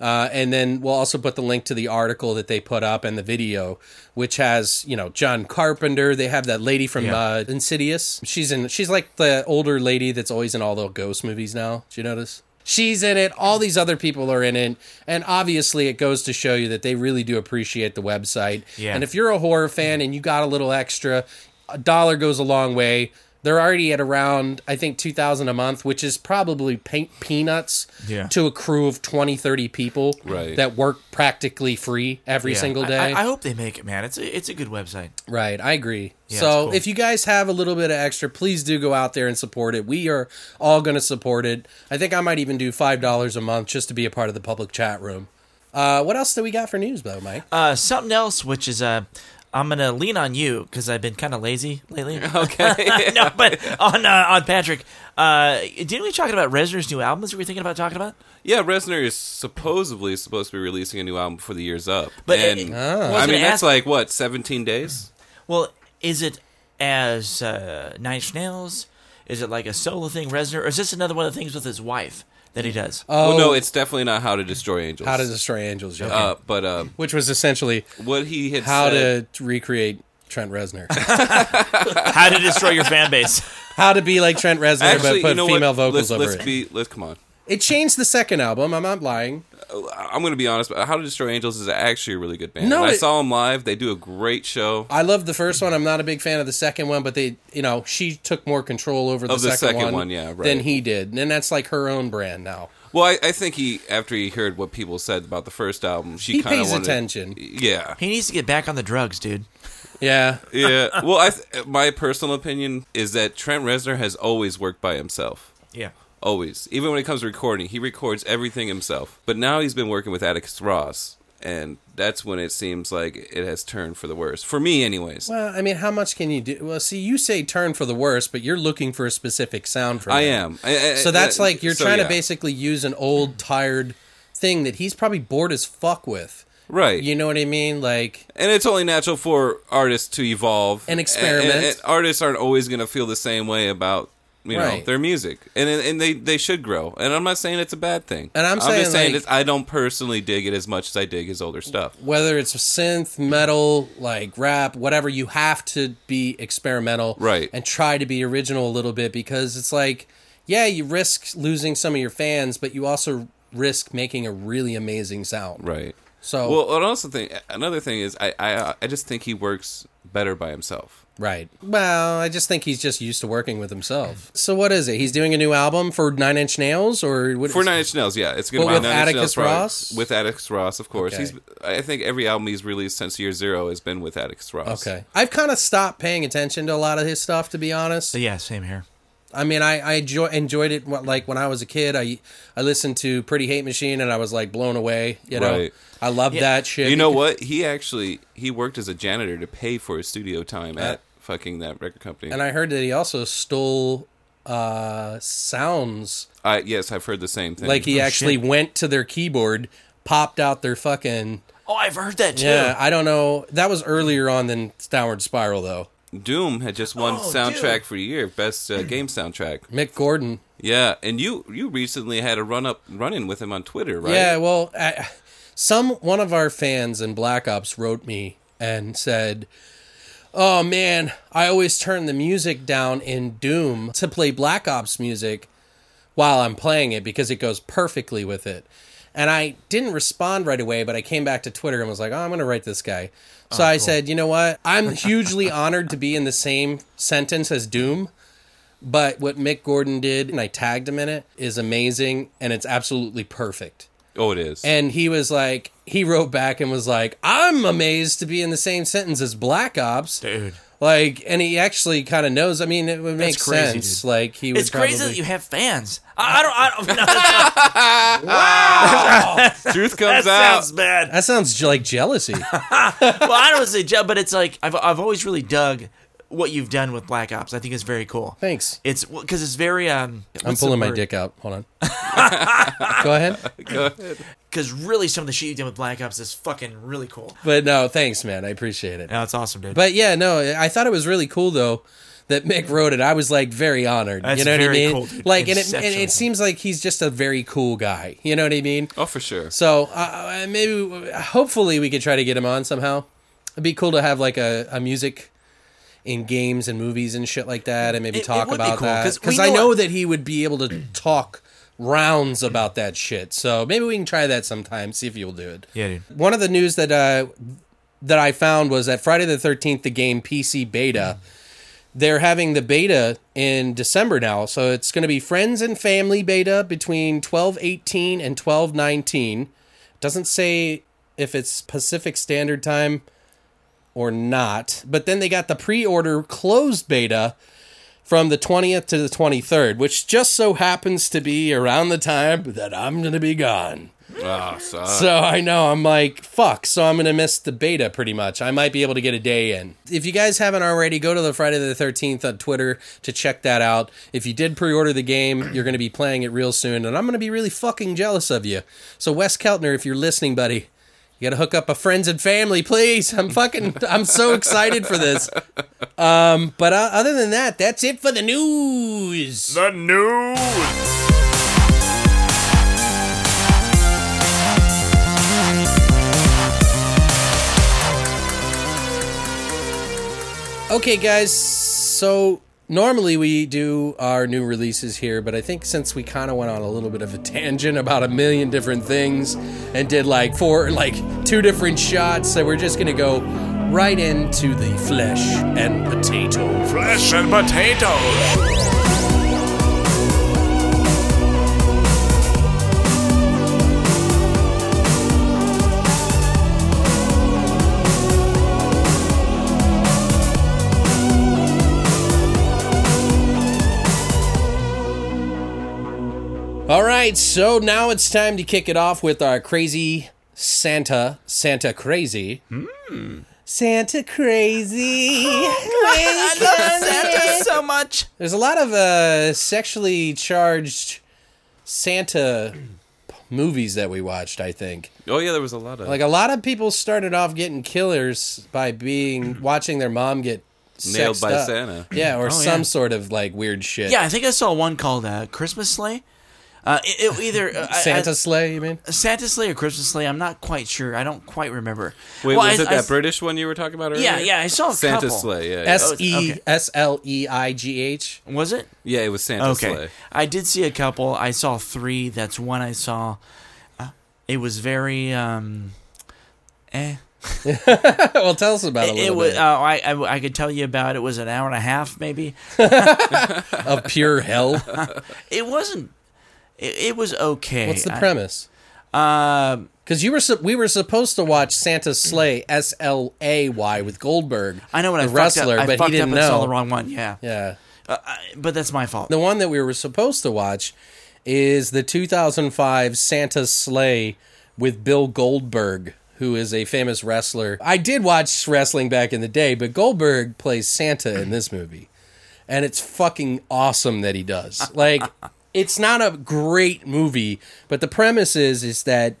uh, and then we'll also put the link to the article that they put up and the video which has you know john carpenter they have that lady from Yeah. uh, insidious she's in she's like the older lady that's always in all the ghost movies now did you notice She's in it. All these other people are in it, and obviously, it goes to show you that they really do appreciate the website. Yeah. And if you're a horror fan and you got a little extra, a dollar goes a long way. They're already at around, I think, 2000 a month, which is probably paint peanuts Yeah. to a crew of 20, 30 people Right. that work practically free every Yeah. single I- day. I, I hope they make it, man. It's a, it's a good website. Right, I agree. Yeah, so it's cool. if you guys have a little bit of extra, please do go out there and support it. We are all going to support it. I think I might even do five dollars a month just to be a part of the public chat room. Uh, what else do we got for news, though, Mike? Uh, something else, which is uh, I'm gonna lean on you because I've been kind of lazy lately. Okay. no, but on uh, on Patrick, uh, didn't we talk about Reznor's new album? Is we were thinking about talking about? yeah, Reznor is supposedly supposed to be releasing a new album before the year's up. But and, it- I Ah. wasn't mean, it that's asked- like what 17 days. Well, is it as uh, Nine Inch Nails? Is it like a solo thing, Reznor, or is this another one of the things with his wife that he does? Oh, Well, no, it's definitely not How to Destroy Angels. how to destroy angels, yeah. Uh, but uh, which was essentially what he had how said, to recreate Trent Reznor, How to destroy your fan base? how to be like Trent Reznor actually, but put you know female what? vocals let's, over let's it. Be, let's come on. it changed the second album. I'm not lying. I'm going to be honest, but How to Destroy Angels is actually a really good band. No, When I it- saw them live. They do a great show. I love the first one. I'm not a big fan of the second one, but they, you know, she took more control over the, Of the second, second one, one, yeah, right. than he did, and that's like her own brand now. Well, I, I think he after he heard what people said about the first album, she He kind of pays attention. Yeah, He needs to get back on the drugs, dude. Yeah, yeah. well, I th- my personal opinion is that Trent Reznor has always worked by himself. Yeah. Always. Even when it comes to recording, he records everything himself. But now he's been working with Atticus Ross, and that's when it seems like it has turned for the worse. For me, anyways. Well, I mean, how much can you do? Well, see, you say turn for the worse, but you're looking for a specific sound from I it. am. I- I- So that's I- like you're so, trying yeah. to basically use an old, tired thing that he's probably bored as fuck with. Right. You know what I mean? Like, and it's only natural for artists to evolve And experiment. And- and artists aren't always going to feel the same way about you know Right. their music, and and they they should grow. And I'm not saying it's a bad thing. And I'm just saying, saying like- it's, I don't personally dig it as much as I dig his older stuff. whether it's synth, metal, like rap, whatever, you have to be experimental, Right. And try to be original a little bit because it's like, yeah, you risk losing some of your fans, but you also risk making a really amazing sound. Right. So, Well, and also think another thing is I uh, I I just think he works better by himself. right. Well, I just think he's just used to working with himself. So, what is it? He's doing a new album for Nine Inch Nails, or what For Nine Inch Nails, yeah, it's going to But with be Nine Inch Atticus Nails product. Ross? With Atticus Ross, of course. Okay. He's I think every album he's released since year zero has been with Atticus Ross. Okay, I've kind of stopped paying attention to a lot of his stuff, to be honest. Yeah, same here. I mean, I I enjoy, enjoyed it wh- like when I was a kid. I I listened to Pretty Hate Machine and I was like blown away. You know, Right. I love that shit. You know what? He actually he worked as a janitor to pay for his studio time at fucking that record company. Uh, And I heard that he also stole uh sounds. I, yes, I've heard the same thing. Like he Oh, actually shit. went to their keyboard, popped out their fucking. Oh, I've heard that too. Yeah, I don't know. That was earlier on than Downward Spiral though. Doom had just won Oh, soundtrack dude. for the year, best uh, game soundtrack. Mick Gordon. Yeah, and you you recently had a run up run in with him on Twitter, right? Yeah, well, I, some one of our fans in Black Ops wrote me and said, "Oh man, I always turn the music down in Doom to play Black Ops music while I'm playing it because it goes perfectly with it." And I didn't respond right away, but I came back to Twitter and was like, "Oh, I'm going to write this guy." So I said, "You know what? I'm hugely honored to be in the same sentence as Doom." But what Mick Gordon did, and I tagged him in it, is amazing and it's absolutely perfect. Oh, it is. And he was like, he wrote back and was like, I'm amazed to be in the same sentence as Black Ops. Dude. Like, and he actually kind of knows. I mean, it would make crazy, sense. dude. Like, he would It's crazy probably- that you have fans. I, I don't. I don't. No, that Truth comes out. sounds bad. That sounds je- like jealousy. well, I don't want to say job, but it's like I've I've always really dug what you've done with Black Ops. I think it's very cool. Thanks. It's because it's very um. I'm pulling my dick out. Hold on. Go ahead. Because really, some of the shit you've done with Black Ops is fucking really cool. But no, thanks, man. I appreciate it. No, it's awesome, dude. But yeah, no, I thought it was really cool though that Mick wrote it. I was like very honored. That's you know very what cool, I mean? dude. like, and it, and Exceptional. it seems like he's just a very cool guy. You know what I mean? Oh, for sure. So uh, uh, maybe, hopefully, we could try to get him on somehow. It'd be cool to have like a, a music in games and movies and shit like that, and maybe It- it talk would be about cool, that. 'cause we Because I know- know that he would be able to talk rounds about that shit. So maybe we can try that sometime. See if you'll do it. yeah, dude. One of the news that uh, that I found was that Friday the Thirteenth, the game PC beta. They're having the beta in December now, so it's going to be friends and family beta between twelve eighteen and twelve nineteen. Doesn't say if it's Pacific Standard Time or not. But then they got the pre-order closed beta from the twentieth to the twenty third, which just so happens to be around the time that I'm going to be gone. Ah, so- So I know I'm like fuck. So I'm gonna miss the beta pretty much. I might be able to get a day in. If you guys haven't already, go to the Friday the Thirteenth on Twitter to check that out. If you did pre-order the game, you're gonna be playing it real soon, and I'm gonna be really fucking jealous of you. So Wes Keltner, if you're listening, buddy, you gotta hook up a friends and family, please. I'm fucking. I'm so excited for this. Um, but uh, other than that, that's it for the news. The news. Okay, guys. So normally we do our new releases here, but I think since we kind of went on a little bit of a tangent about a million different things and did like four, like two different shots, so we're just gonna go right into the flesh and potato. Flesh and potatoes. All right, so now it's time to kick it off with our crazy Santa, Santa crazy. Santa crazy. crazy Santa so much. There's a lot of uh, sexually charged Santa p- movies that we watched, I think. Oh yeah, there was a lot of Like a lot of people started off getting killers by being watching their mom get nailed sexed by up. Santa. Yeah, or some Oh, yeah. sort of like weird shit. Yeah, I think I saw one called uh, Christmas Sleigh. Uh, it, it either uh, I- Santa I, sleigh, you mean? Santa Sleigh or Christmas Sleigh. I'm not quite sure. I don't quite remember. Wait, Well, was I- it I- that British one you were talking about earlier? Yeah, yeah, I saw a Santa couple. Sleigh. Yeah, yeah. S E okay. S L E I G H. Was it? yeah, it was Santa Okay. Sleigh. I did see a couple. I saw three. That's one I saw. Uh, it was very. Um, eh. Well, tell us about it, a It, little was. bit Uh, I, I I could tell you about. It was an hour and a half, maybe. of pure hell. It wasn't. It, it was okay. What's the I- premise? Um, Because you were sup- we were supposed to watch Santa Slay S L A Y with Goldberg. I know what I the fucked wrestler, up. I but fucked he didn't up and know. saw the wrong one. Yeah, Yeah, Uh, I- but that's my fault. the one that we were supposed to watch is the 2005 Santa Slay with Bill Goldberg, who is a famous wrestler. I did watch wrestling back in the day, but Goldberg plays Santa in this movie, and it's fucking awesome that he does. Like, it's not a great movie, but the premise is is that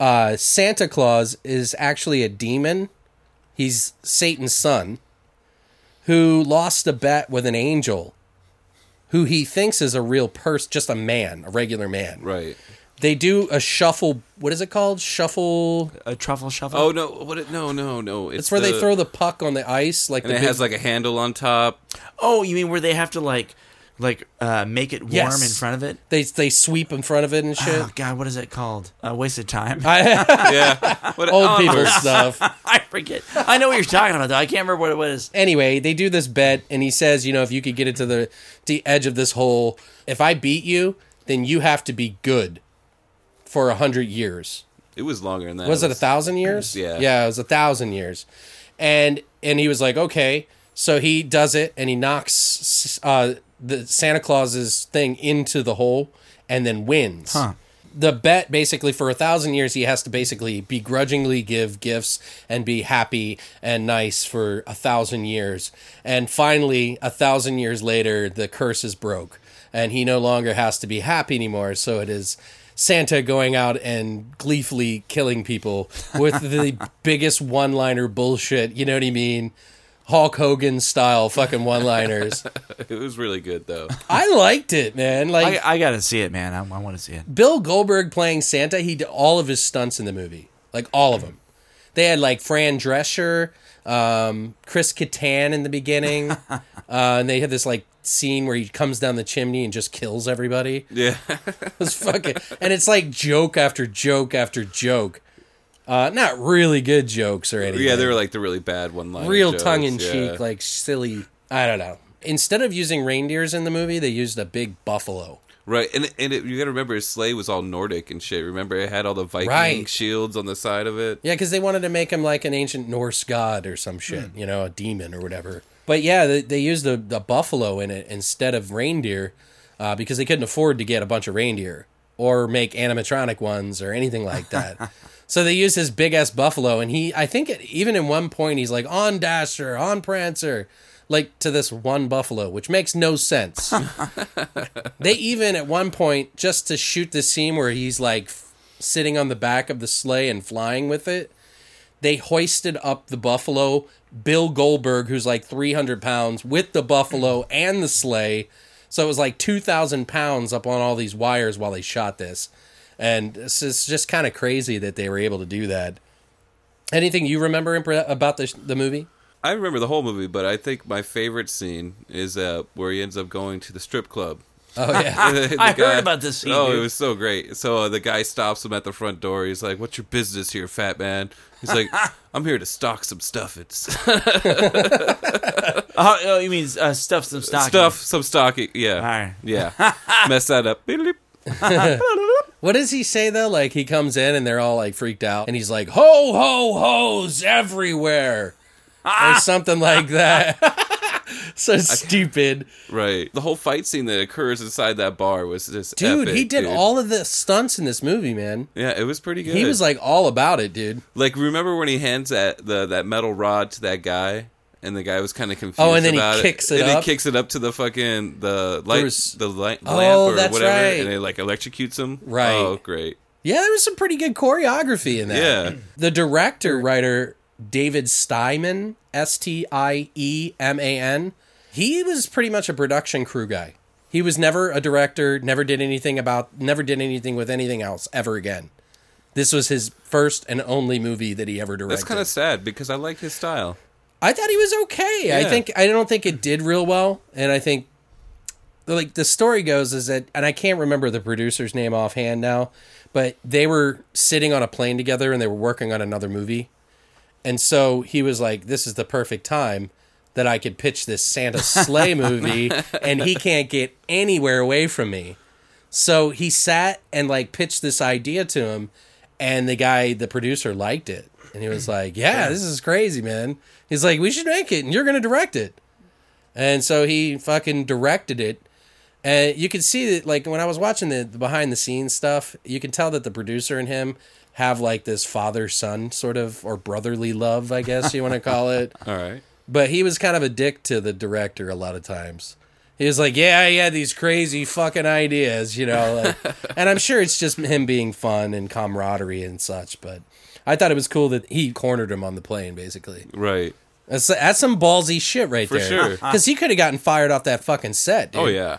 uh, Santa Claus is actually a demon. He's Satan's son who lost a bet with an angel who he thinks is a real person, just a man, a regular man. Right. They do a shuffle. What is it called? Shuffle. A truffle shovel. Oh no! What? It, no, no, no! It's, It's where they the- throw the puck on the ice, like and the it has like a handle on top. Oh, you mean where they have to like, like, uh, make it warm Yes. in front of it? they they sweep in front of it and shit. Oh God, what is it called? A waste of time. I, I, Yeah, what, old Ah, oh, people stuff. forget. I know what you're talking about. though. I can't remember what it was. anyway, they do this bet, and he says, you know, if you could get it to the the edge of this hole, if I beat you, then you have to be good for a hundred years. It was longer than that. was it a thousand years? Yeah. yeah, it was a thousand years, and and he was like, okay, so he does it, and he knocks uh, the Santa Claus's thing into the hole, and then wins. Huh. The bet basically for a thousand years he has to basically begrudgingly give gifts and be happy and nice for a thousand years, and finally a thousand years later the curse is broke and he no longer has to be happy anymore. So it is Santa going out and gleefully killing people with the biggest one liner bullshit. You know what I mean? Hulk Hogan style fucking one liners. It was really good though. I liked it, man. Like I, I gotta see it, man. I, I want to see it. Bill Goldberg playing Santa, he did all of his stunts in the movie, like all of them. They had like Fran Drescher, um, Chris Kattan in the beginning, uh, and they had this like scene where he comes down the chimney and just kills everybody. Yeah, It's fucking, and it's like joke after joke after joke. Uh, not really good jokes or anything. yeah, they were like the really bad one line. real tongue in cheek, like silly. I don't know. Instead of using reindeers in the movie, they used a big buffalo. right, and and it, you got to remember, Slay was all Nordic and shit. Remember, it had all the Viking Right. shields on the side of it. Yeah, because they wanted to make him like an ancient Norse god or some shit, you know, a demon or whatever. But yeah, they, they used a, a buffalo in it instead of reindeer uh, because they couldn't afford to get a bunch of reindeer or make animatronic ones or anything like that. so they used his big ass buffalo, and he, I think, it, even in one point, he's like on Dasher, on Prancer, like to this one buffalo, which makes no sense. They even at one point, just to shoot the scene where he's like f- sitting on the back of the sleigh and flying with it, they hoisted up the buffalo. Bill Goldberg, who's like 300 pounds, with the buffalo and the sleigh. So it was like 2,000 pounds up on all these wires while they shot this. And it's just, just kind of crazy that they were able to do that. Anything you remember in, pre- about the, the movie? I remember the whole movie, but I think my favorite scene is uh, where he ends up going to the strip club. Oh, yeah. The I heard about this scene, Oh, dude. it was so great. So uh, the guy stops him at the front door. He's like, "What's your business here, fat man?" He's like, "I'm here to stock some stuff. It's Oh, oh, you mean uh, stuff some stock? stuff, some stocking. Yeah, right. yeah. Mess that up. Beep. What does he say though? Like he comes in and they're all like freaked out, and he's like, "Ho Ah. ho ho's everywhere," or something like that. so stupid. Right. The whole fight scene that occurs inside that bar was just Dude, he epic, did dude. all of the stunts in this movie, man. Yeah, it was pretty good. He was like all about it, dude. like remember when he hands that the that metal rod to that guy, and the guy was kind of confused. Oh, and then he about kicks it and up. he kicks it up to the fucking the light, was- the light Oh, lamp or that's whatever, right. and it like electrocutes him. Right. Oh, great. Yeah, there was some pretty good choreography in that. Yeah. The director writer David Steiman, S T I E M A N, he was pretty much a production crew guy. He was never a director, never did anything about never did anything with anything else ever again. This was his first and only movie that he ever directed. That's kind of sad because I liked his style. I thought he was okay. I Yeah. think I don't think it did real well, and I think like the story goes is that, and I can't remember the producer's name offhand now, but they were sitting on a plane together and they were working on another movie, and so he was like, "This is the perfect time." That I could pitch this Santa sleigh movie, and he can't get anywhere away from me. So he sat and like pitched this idea to him, and the guy, the producer, liked it, and he was like, "Yeah, this is crazy, man." He's like, "We should make it, and you're going to direct it." And so he fucking directed it, and you can see that like when I was watching the, the behind the scenes stuff, you can tell that the producer and him have like this father son sort of or brotherly love, I guess you want to call it. All right. But he was kind of a dick to the director a lot of times. He was like, "Yeah, I had these crazy fucking ideas, you know," like, and I'm sure it's just him being fun and camaraderie and such. But I thought it was cool that he cornered him on the plane, basically. Right. That's, that's some ballsy shit right For there, sure. Because he could have gotten fired off that fucking set. Dude. Oh yeah.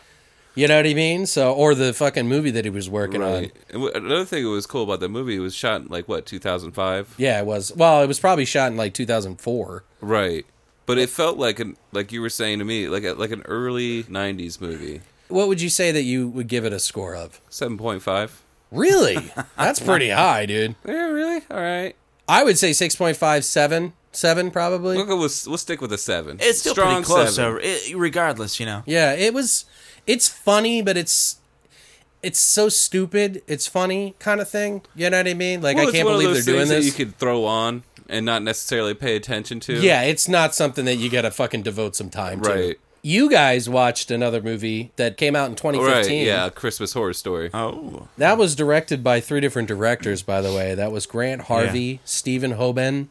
you know what I mean. So, or the fucking movie that he was working on. Right. And wh- Another thing that was cool about the movie it was shot in like what 2005. Yeah, it was. Well, it was probably shot in like 2004. Right. But it felt like an like you were saying to me like a, like an early 90s movie. What would you say that you would give it a score of? 7.5. Really? That's pretty high, dude. Yeah, really? All right. I would say 6.5, 7, 7 probably. We'll, go with, we'll stick with a 7. It's still pretty close, so it, regardless, you know. Yeah, it was. It's funny, but it's it's so stupid. It's funny kind of thing. You know what I mean? Like Well, I it's can't one of believe they're those doing things that this. you could throw on and not necessarily pay attention to. Yeah, it's not something that you got to fucking devote some time to. Right. You guys watched another movie that came out in Right. 2015. Yeah, a Christmas horror story. Uh, Oh, That was directed by three different directors, by the way. That was Grant Harvey, Stephen Hoban,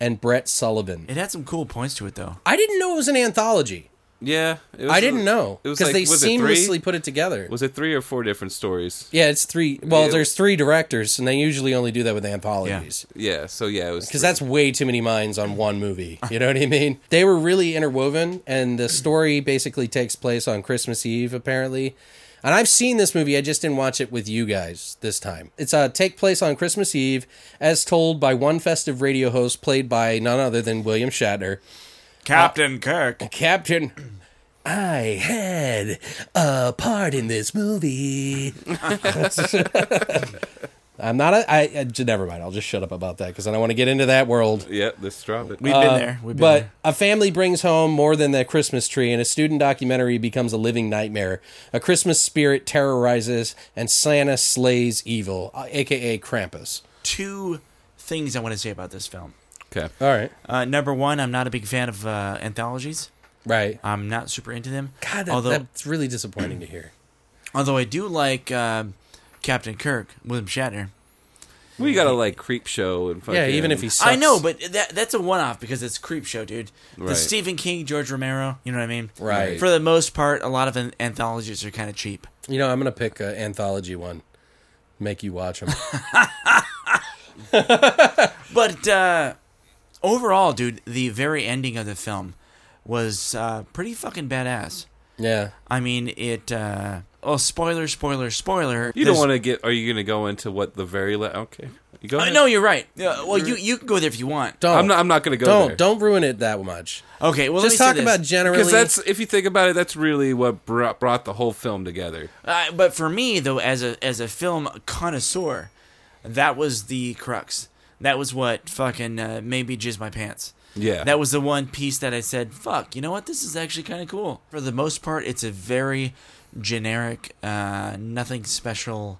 and Brett Sullivan. it had some cool points to it, though. I didn't know it was an anthology. yeah. It was, I didn't know It was because like- they was it three? seamlessly put it together. Was it 3 or 4 different stories? yeah, it's three. Well, Yeah. there's three directors, and they usually only do that with anthologies. Yeah, so yeah, it was because three. that's way too many minds on one movie. You know what I mean? They were really interwoven, and the story basically takes place on Christmas Eve, apparently. And I've seen this movie, I just didn't watch it with you guys this time. It's uh, take place on Christmas Eve, as told by one festive radio host played by none other than William Shatner. Captain Kirk. Captain, I had a part in this movie. I'm not a. I, I j- never mind. I'll just shut up about that because I don't want to get into that world. Yeah, let's drop it. We've been there. We've been But there. a family brings home more than the Christmas tree, and a student documentary becomes a living nightmare. A Christmas spirit terrorizes, and Santa slays evil, uh, aka Krampus. two things I want to say about this film. okay. All right, Uh, number one, I'm not a big fan of uh, anthologies. right. I'm not super into them. God, that, although that's really disappointing to hear. although I do like uh, Captain Kirk, William Shatner. We got to like creep show and fucking Yeah, even if he sucks. I know, but that that's a one off because it's creep show, dude. The Right. Stephen King, George Romero, you know what I mean? Right. For the most part, a lot of an- anthologies are kind of cheap. You know, I'm gonna pick an anthology one. Make you watch them. But uh, overall, dude, the very ending of the film was uh, pretty fucking badass. yeah. I mean, it. Uh, oh, spoiler, spoiler, spoiler. You don't want to get are you going to go into what the very la- okay. You go I ahead. know you're right. Yeah, well, you you can go there if you want. Don't. I'm not I'm not going to go don't there. don't ruin it that much. Okay, well, let me Just say talk this. about generally. Because that's if you think about it, that's really what brought, brought the whole film together. Uh, but for me, though, as a as a film connoisseur, that was the crux. That was what fucking uh, maybe jizz my pants. Yeah. That was the one piece that I said, "Fuck, you know what? This is actually kind of cool." For the most part, it's a very generic, uh, nothing special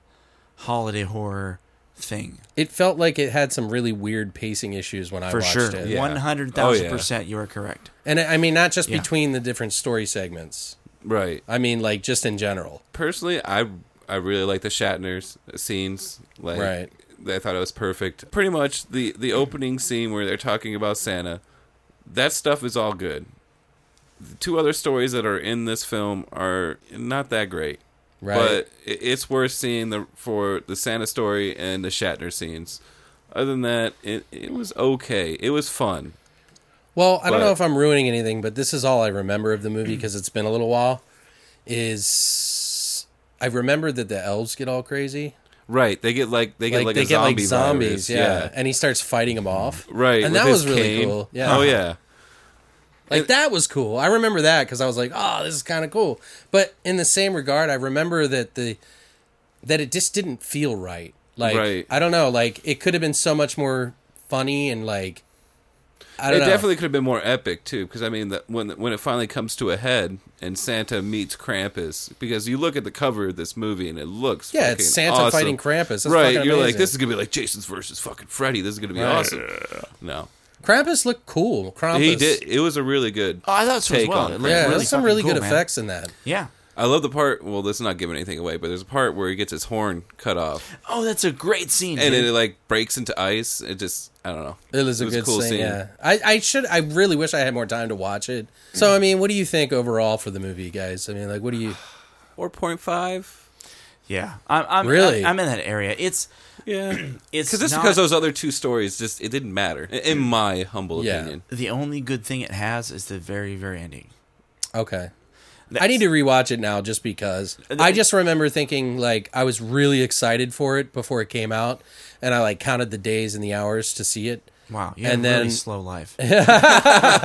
holiday horror thing It felt like it had some really weird pacing issues when I for watched sure. it. Yeah. One hundred Oh, thousand yeah. percent, you are correct. And I I mean, not just Yeah. between the different story segments. Right. I mean, like just in general. Personally, I I really like the Shatner's scenes. Like, Right. I thought it was perfect. Pretty much the the opening scene where they're talking about Santa. That stuff is all good. The two other stories that are in this film are not that great. Right. But i- it's worth seeing the for the Santa story and the Shatner scenes. Other than that, it, it was okay. It was fun. Well, I don't But- know if I'm ruining anything, but this is all I remember of the movie because it's been a little while. Is I remember that the elves get all crazy, Right. They get like they get like, like, they a get zombie like zombies, virus. yeah. and he starts fighting them off, Right. And with that his was really cane. cool, yeah. Oh yeah. Like that was cool. I remember that because I was like, "Oh, this is kind of cool." But in the same regard, I remember that the that it just didn't feel right. Like Right. I don't know. Like it could have been so much more funny and like I It don't know. definitely could have been more epic too, because I mean, the, when when it finally comes to a head and Santa meets Krampus, because you look at the cover of this movie and it looks Yeah, it's fucking Santa awesome. fighting Krampus. That's right? fucking You're like, amazing. this is gonna be like Jason's versus fucking Freddy. This is gonna be Right. awesome. No, Krampus looked cool. Krampus. he did. It was a really good. Oh, I thought so as Take well. on It it. looked Yeah, really there's some fucking really cool, good man. effects in that. Yeah. I love the part. Well, this is not giving anything away, but there's a part where he gets his horn cut off Oh, that's a great scene. and dude. it, like breaks into ice. It just, I don't know. It was a good scene. Yeah, I, I should. I really wish I had more time to watch it. So, I mean, what do you think overall for the movie, guys? I mean, like, what do you? Four point five. yeah. I'm, I'm Really? I'm in that area. It's Yeah, it's because just not- because those other two stories just it didn't matter in- in my humble Yeah. opinion. the only good thing it has is the very very ending. Okay, I That's- need to rewatch it now just because I just remember thinking like I was really excited for it before it came out, and I like counted the days and the hours to see it. Wow, you And have a then- really slow life.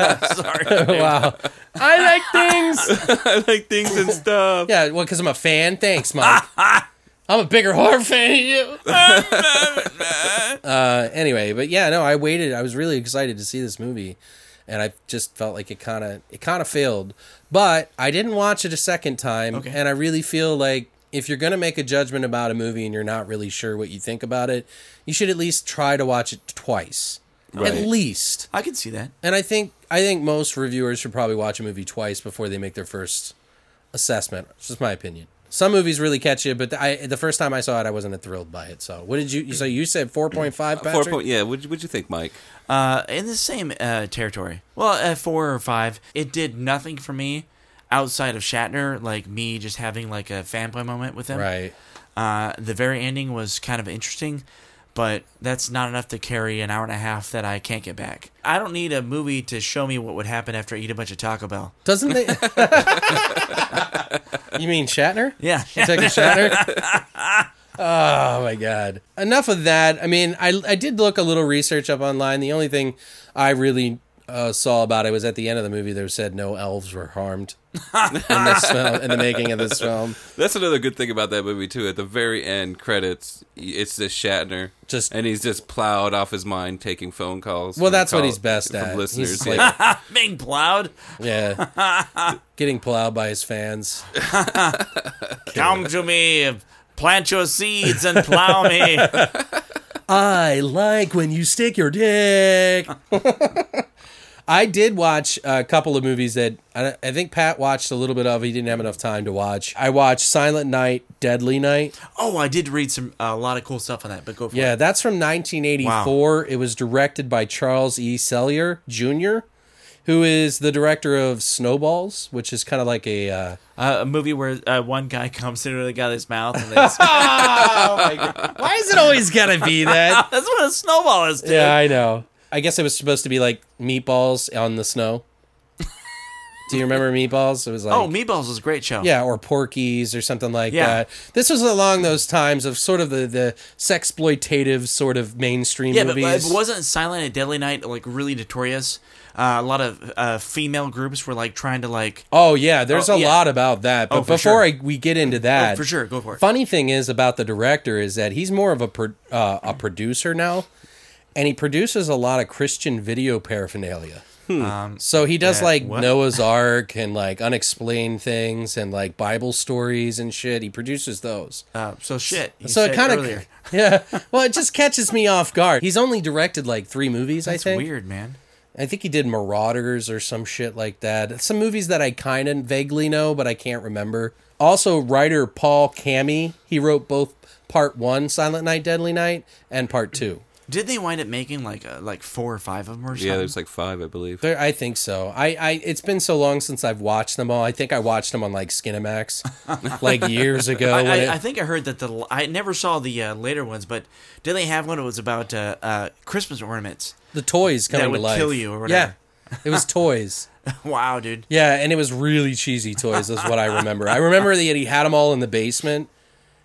wow, I like things. I like things and stuff. Yeah, well, because I'm a fan. Thanks, Mike. I'm a bigger horror fan than you. uh, anyway, but yeah, no, I waited. I was really excited to see this movie, and I just felt like it kind of it kind of failed. But I didn't watch it a second time, Okay. and I really feel like if you're gonna make a judgment about a movie and you're not really sure what you think about it, you should at least try to watch it twice, at Right. least. I can see that. And I think I think most reviewers should probably watch a movie twice before they make their first assessment. It's just my opinion. Some movies really catch you, but I the first time I saw it, I wasn't thrilled by it. So what did you? So you said four point five, Four Patrick. point. Yeah. What'd you, what'd you think, Mike? Uh, in the same uh, territory. Well, uh, four or five. It did nothing for me outside of Shatner, like me just having like a fanboy moment with him. right. Uh, the very ending was kind of interesting, but that's not enough to carry an hour and a half that I can't get back. I don't need a movie to show me what would happen after I eat a bunch of Taco Bell. Doesn't they? you mean Shatner? Yeah. Take a Shatner. Oh my god! Enough of that. I mean, I I did look a little research up online. The only thing I really uh, saw about it was at the end of the movie. There said no elves were harmed in this film, in the making of this film. That's another good thing about that movie too. At the very end credits, y- it's just Shatner, Just- and he's just plowed off his mind taking phone calls. Well, from that's what call- he's best from at. Listeners, He's yeah. like, Being plowed. yeah, getting plowed by his fans. Come to me. Plant your seeds and plow me. I like when you stick your dick. I did watch a couple of movies that I, I think Pat watched a little bit of. He didn't have enough time to watch. I watched Silent Night, Deadly Night. oh, I did read some a lot of cool stuff on that, but go for Yeah, it. that's from 1984. It was directed by Charles E. Sellier Jr., who is the director of Snowballs, which is kind of like a. Uh, Uh, a movie where uh, one guy comes into the guy's mouth and they just, Why is it always gotta be that? That's what a snowball is, dude. Yeah, I know. I guess it was supposed to be like meatballs on the snow. Do you remember meatballs? It was like Oh, Meatballs was a great show. yeah, or Porkies or something like Yeah. that. This was along those times of sort of the the sexploitative sort of mainstream Yeah, but, but movies. wasn't Silent and Deadly Night like really notorious? Uh, a lot of uh, female groups were like trying to like. Oh yeah, there's Oh, a yeah. lot about that. But Oh, for before sure. I, we get into that, Oh, for sure, go for it. Funny thing is about the director is that he's more of a pro, uh, a producer now, and he produces a lot of Christian video paraphernalia. So he does Hmm. Yeah, like what? Noah's Ark and like unexplained things and like Bible stories and shit. He produces those. Uh, so shit. you so it said kind earlier. of yeah. Well, it just catches me off guard. He's only directed like three movies. I That's think. weird, man. I think he did Marauders or some shit like that. Some movies that I kind of vaguely know, but I can't remember. Also, writer Paul Cammy. He wrote both Part One, Silent Night, Deadly Night, and Part Two. Did they wind up making like uh, like four or five of them or something? Yeah, there's like five, I believe. There, I think so. I, I it's been so long since I've watched them all. I think I watched them on like Skinamax, like years ago. I, when it- I, I think I heard that the l- I never saw the uh, later ones, but did they have one that was about uh, uh, Christmas ornaments? the toys coming would to life. kill you or whatever. Yeah, it was toys. wow, dude. Yeah, and it was really cheesy toys. Is what I remember. I remember that he had them all in the basement,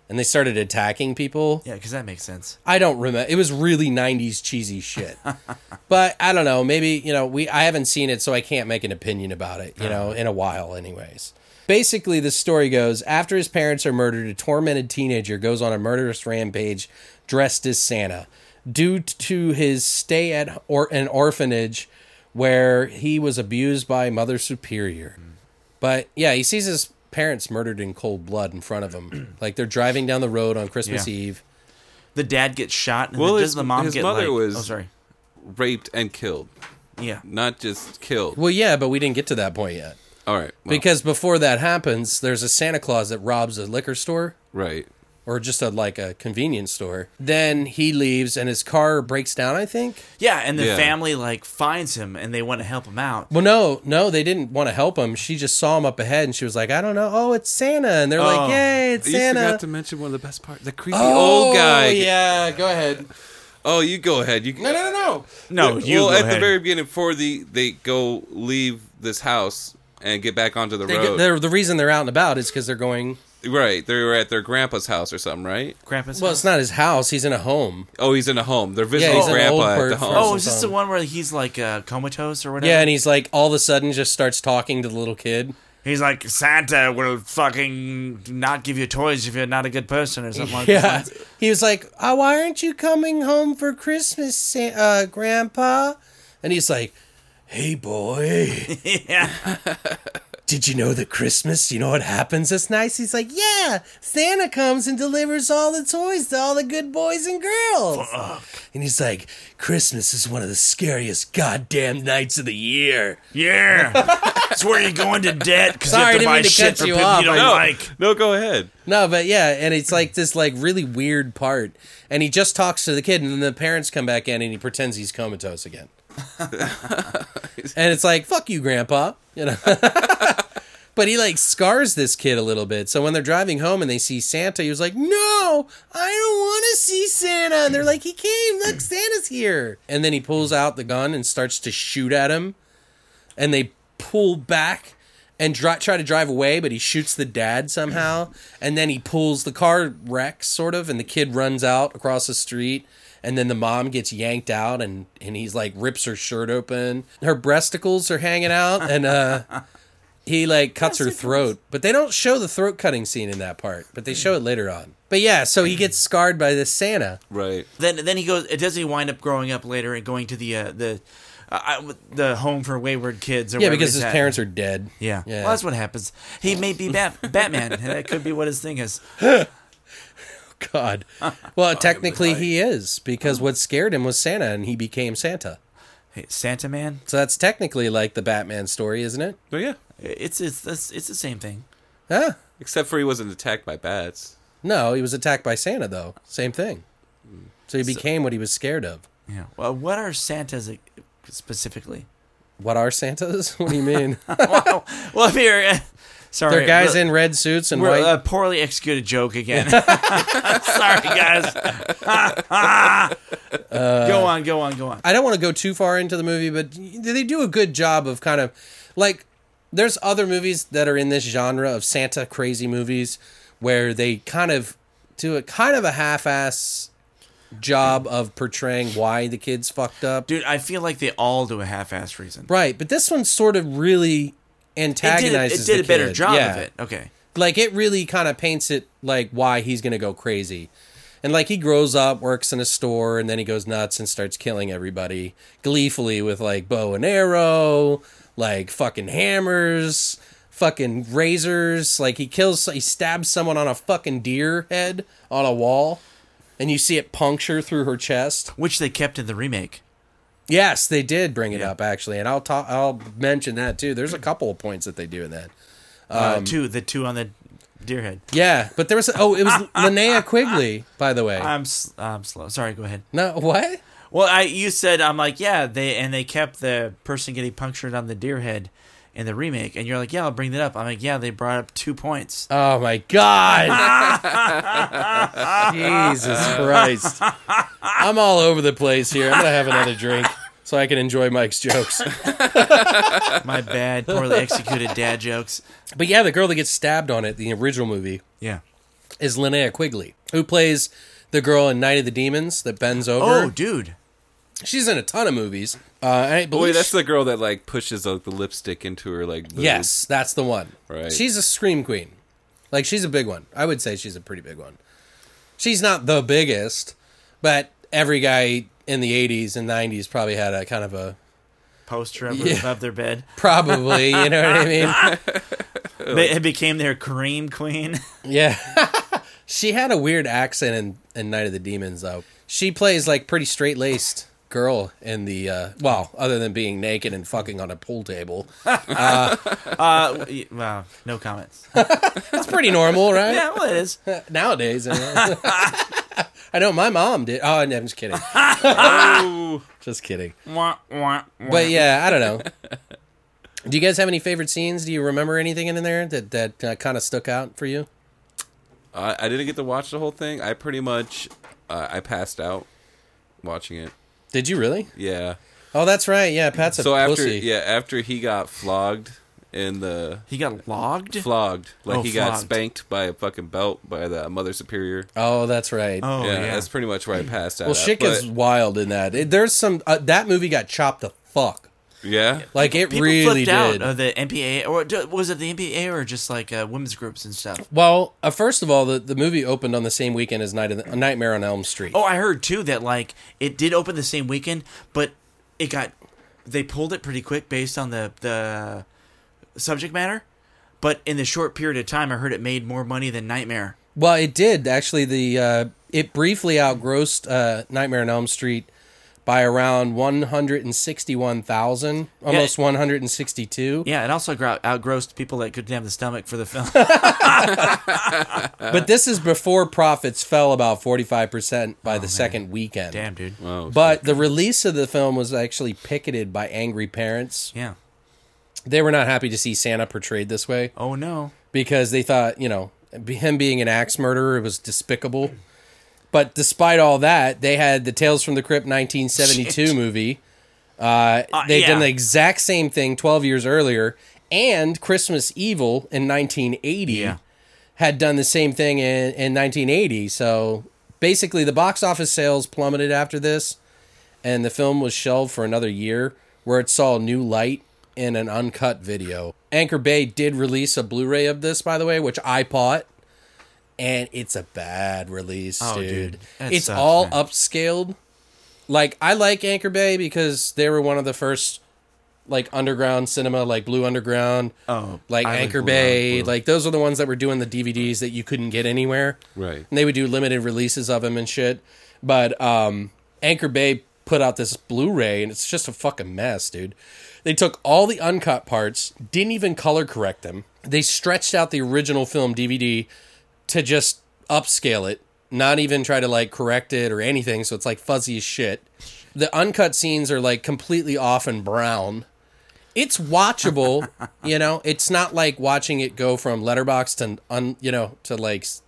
and they started attacking people. Yeah, because that makes sense. I don't remember. It was really '90s cheesy shit. but I don't know. Maybe you know we. I haven't seen it, so I can't make an opinion about it. You know, in a while, anyways. Basically, the story goes: after his parents are murdered, a tormented teenager goes on a murderous rampage dressed as Santa. Due to his stay at or- an orphanage where he was abused by Mother Superior. But yeah, he sees his parents murdered in cold blood in front of him. like they're driving down the road on Christmas Yeah. Eve. The dad gets shot, and Well, then his- does the mom his get mother like? was- Oh, sorry. Raped and killed, Yeah, not just killed. Well, yeah, but we didn't get to that point yet. All right, well, Because before that happens, there's a Santa Claus that robs a liquor store right. or just a like a convenience store. Then he leaves and his car breaks down, I think. yeah, and the Yeah. family like finds him, and they want to help him out. Well, no, no, they didn't want to help him. She just saw him up ahead and she was like, "I don't know. Oh, it's Santa." And they're Oh. like, "Yay, it's You Santa." forgot to mention one of the best parts: the creepy Oh, old guy. Yeah, go ahead. Oh, you go ahead. You no, no, no. No, well, you go at the ahead. very beginning before the they go leave this house and get back onto the They road. get, they're, the reason they're out and about is cuz they're going right, they were at their grandpa's house or something, right? Krampus. Well, it's not his house. He's in a home. Oh, he's in a home. They're visiting he's in an old grandpa at the person. home. oh, is this the something. one where he's like uh, comatose or whatever? Yeah, and he's like all of a sudden just starts talking to the little kid. he's like Santa will fucking not give you toys if you're not a good person or something like Yeah. that. He was like, oh, why aren't you coming home for Christmas, Sa- uh, Grandpa? And he's like, hey, boy, yeah. did you know that Christmas, you know what happens? It's nice. He's like, yeah, Santa comes and delivers all the toys to all the good boys and girls. And he's like, Christmas is one of the scariest goddamn nights of the year. Yeah. It's where you're going to debt because you Sorry, have to didn't buy mean to shit cut for you people off. you don't no, like. no, go ahead. No, but yeah, and it's like this like really weird part. And he just talks to the kid and then the parents come back in and he pretends he's comatose again. and it's like, fuck you, grandpa. You know. but he like scars this kid a little bit. So when they're driving home and they see Santa, he was like, No, I don't wanna see Santa. And they're like, He came, look, Santa's here. And then he pulls out the gun and starts to shoot at him. And they pull back and dri- try to drive away, but he shoots the dad somehow, and then he pulls the car wrecks sort of, and the kid runs out across the street, and then the mom gets yanked out, and and he's like rips her shirt open, her breasticles are hanging out, and uh. He like cuts her throat, but they don't show the throat cutting scene in that part, but they show it later on. But yeah, so he gets scarred by this Santa. Right. Then then he goes. It does he wind up growing up later and going to the uh, the uh, I- the home for wayward kids? Or Yeah, wherever because his he's at. parents are dead. Yeah. Yeah. well, that's what happens. He may be Bat- Batman. and that could be what his thing is. God. Well, technically he is because what scared him was Santa and he became Santa. Hey, Santa Man. So that's technically like the Batman story, isn't it? Oh yeah. It's it's it's, it's the same thing. Huh? Except for he wasn't attacked by bats. No, he was attacked by Santa though. Same thing. So he became what he was scared of. Yeah. Well, what are Santas e- specifically? What are Santas? What do you mean? well, if you're uh, sorry, They're guys we're- in red suits and We're uh, white. a poorly executed joke again. sorry, guys. Uh, go on, go on, go on. I don't want to go too far into the movie, but they do a good job of kind of like there's other movies that are in this genre of Santa crazy movies where they kind of do a kind of a half-ass job of portraying why the kids fucked up. Dude, I feel like they all do a half-assed reason. Right, but this one sort of really It did, a, antagonizes. it the did a better kid. job Yeah. of it. Okay. Like it really kind of paints it like why he's going to go crazy, And like he grows up, works in a store, and then he goes nuts and starts killing everybody gleefully with like bow and arrow, like fucking hammers, fucking razors. Like he kills, he stabs someone on a fucking deer head on a wall, and you see it puncture through her chest. which they kept in the remake. Yes, they did bring it up actually, and I'll talk. I'll mention that too. There's a couple of points that they do in that. Uh, two, the two on the deer head. Um, Yeah, but there was oh, it was Linnea Quigley, by the way. I'm s- I'm slow. Sorry, go ahead. no, what? Well, I you said I'm like yeah they and they kept the person getting punctured on the deer head in the remake, and you're like yeah I'll bring that up. I'm like yeah they brought up two points. Oh my god! Jesus Christ! I'm all over the place here. I'm gonna have another drink so I can enjoy Mike's jokes. My bad, poorly executed dad jokes. But yeah, the girl that gets stabbed on it, the original movie, Yeah. is Linnea Quigley, who plays the girl in Night of the Demons that bends over. Oh, dude. She's in a ton of movies. Uh, I believe Boy, that's the girl that like pushes like, the lipstick into her like. boob. Yes, that's the one. Right. She's a scream queen. Like she's a big one. I would say she's a pretty big one. She's not the biggest, but every guy in the 80s and 90s probably had a kind of a Poster up Yeah. above their bed. probably, you know what I mean? They, it became their Kareem queen. Yeah. she had a weird accent in, in Night of the Demons, though. She plays like pretty straight laced girl in the, uh, well, other than being naked and fucking on a pool table. Uh, w- wow, no comments. That's pretty normal, right? Yeah, well, it is. Nowadays, I know. I know my mom did. Oh, no, I'm just kidding. just kidding. Wah, wah, wah. But yeah, I don't know. Do you guys have any favorite scenes? Do you remember anything in there that that uh, kind of stuck out for you? I, I didn't get to watch the whole thing. I pretty much uh, I passed out watching it. Did you really? Yeah. Oh, that's right. Yeah, Pat's a so after pussy. yeah after he got flogged in the He got logged? flogged like Oh, he got flogged. spanked by a fucking belt by the mother superior. Oh, that's right. oh, yeah, yeah. that's pretty much where I passed out. well, at, shit is but- wild in that. It- there's some uh, that movie got chopped the fuck. yeah. Like it People really flipped out Uh, did. of the NPA, or d- was it the NPA or just like uh, women's groups and stuff? well, uh, first of all, the, the movie opened on the same weekend as Night of the, Nightmare on Elm Street. Oh, I heard too that like it did open the same weekend, but it got they pulled it pretty quick based on the the subject matter. But in the short period of time, I heard it made more money than Nightmare. Well, it did actually. The uh, it briefly outgrossed uh, Nightmare on Elm Street by around one hundred and sixty-one thousand, almost one hundred and sixty-two. Yeah, it also gro- outgrossed people that couldn't have the stomach for the film. But this is before profits fell about forty-five percent by the second weekend. Oh, Damn, dude. Oh, But the release of the film was actually picketed by angry parents. Yeah. They were not happy to see Santa portrayed this way Oh no. because they thought, you know, him being an axe murderer was despicable. But despite all that, they had the Tales from the Crypt 1972 movie. Uh, they'd yeah. done the exact same thing 12 years earlier, and Christmas Evil in 1980 Yeah. had done the same thing in, in 1980. So basically, the box office sales plummeted after this, and the film was shelved for another year, where it saw new light in an uncut video. Anchor Bay did release a Blu ray of this, by the way, which I bought. And it's a bad release, Oh, dude. dude. That It's sucks, all man. upscaled. Like I like Anchor Bay because they were one of the first like underground cinema, like Blue Underground, Oh, like I like Anchor Blue, I like Bay, Blue. like those are the ones that were doing the DVDs that you couldn't get anywhere. Right. And they would do limited releases of them and shit. But um, Anchor Bay put out this Blu-ray, and it's just a fucking mess, dude. They took all the uncut parts, didn't even color correct them. They stretched out the original film DVD to just upscale it, not even try to like correct it or anything. So it's like fuzzy as shit. The uncut scenes are like completely off and brown. It's watchable, you know. It's not like watching it go from letterbox to un, you know, to like s-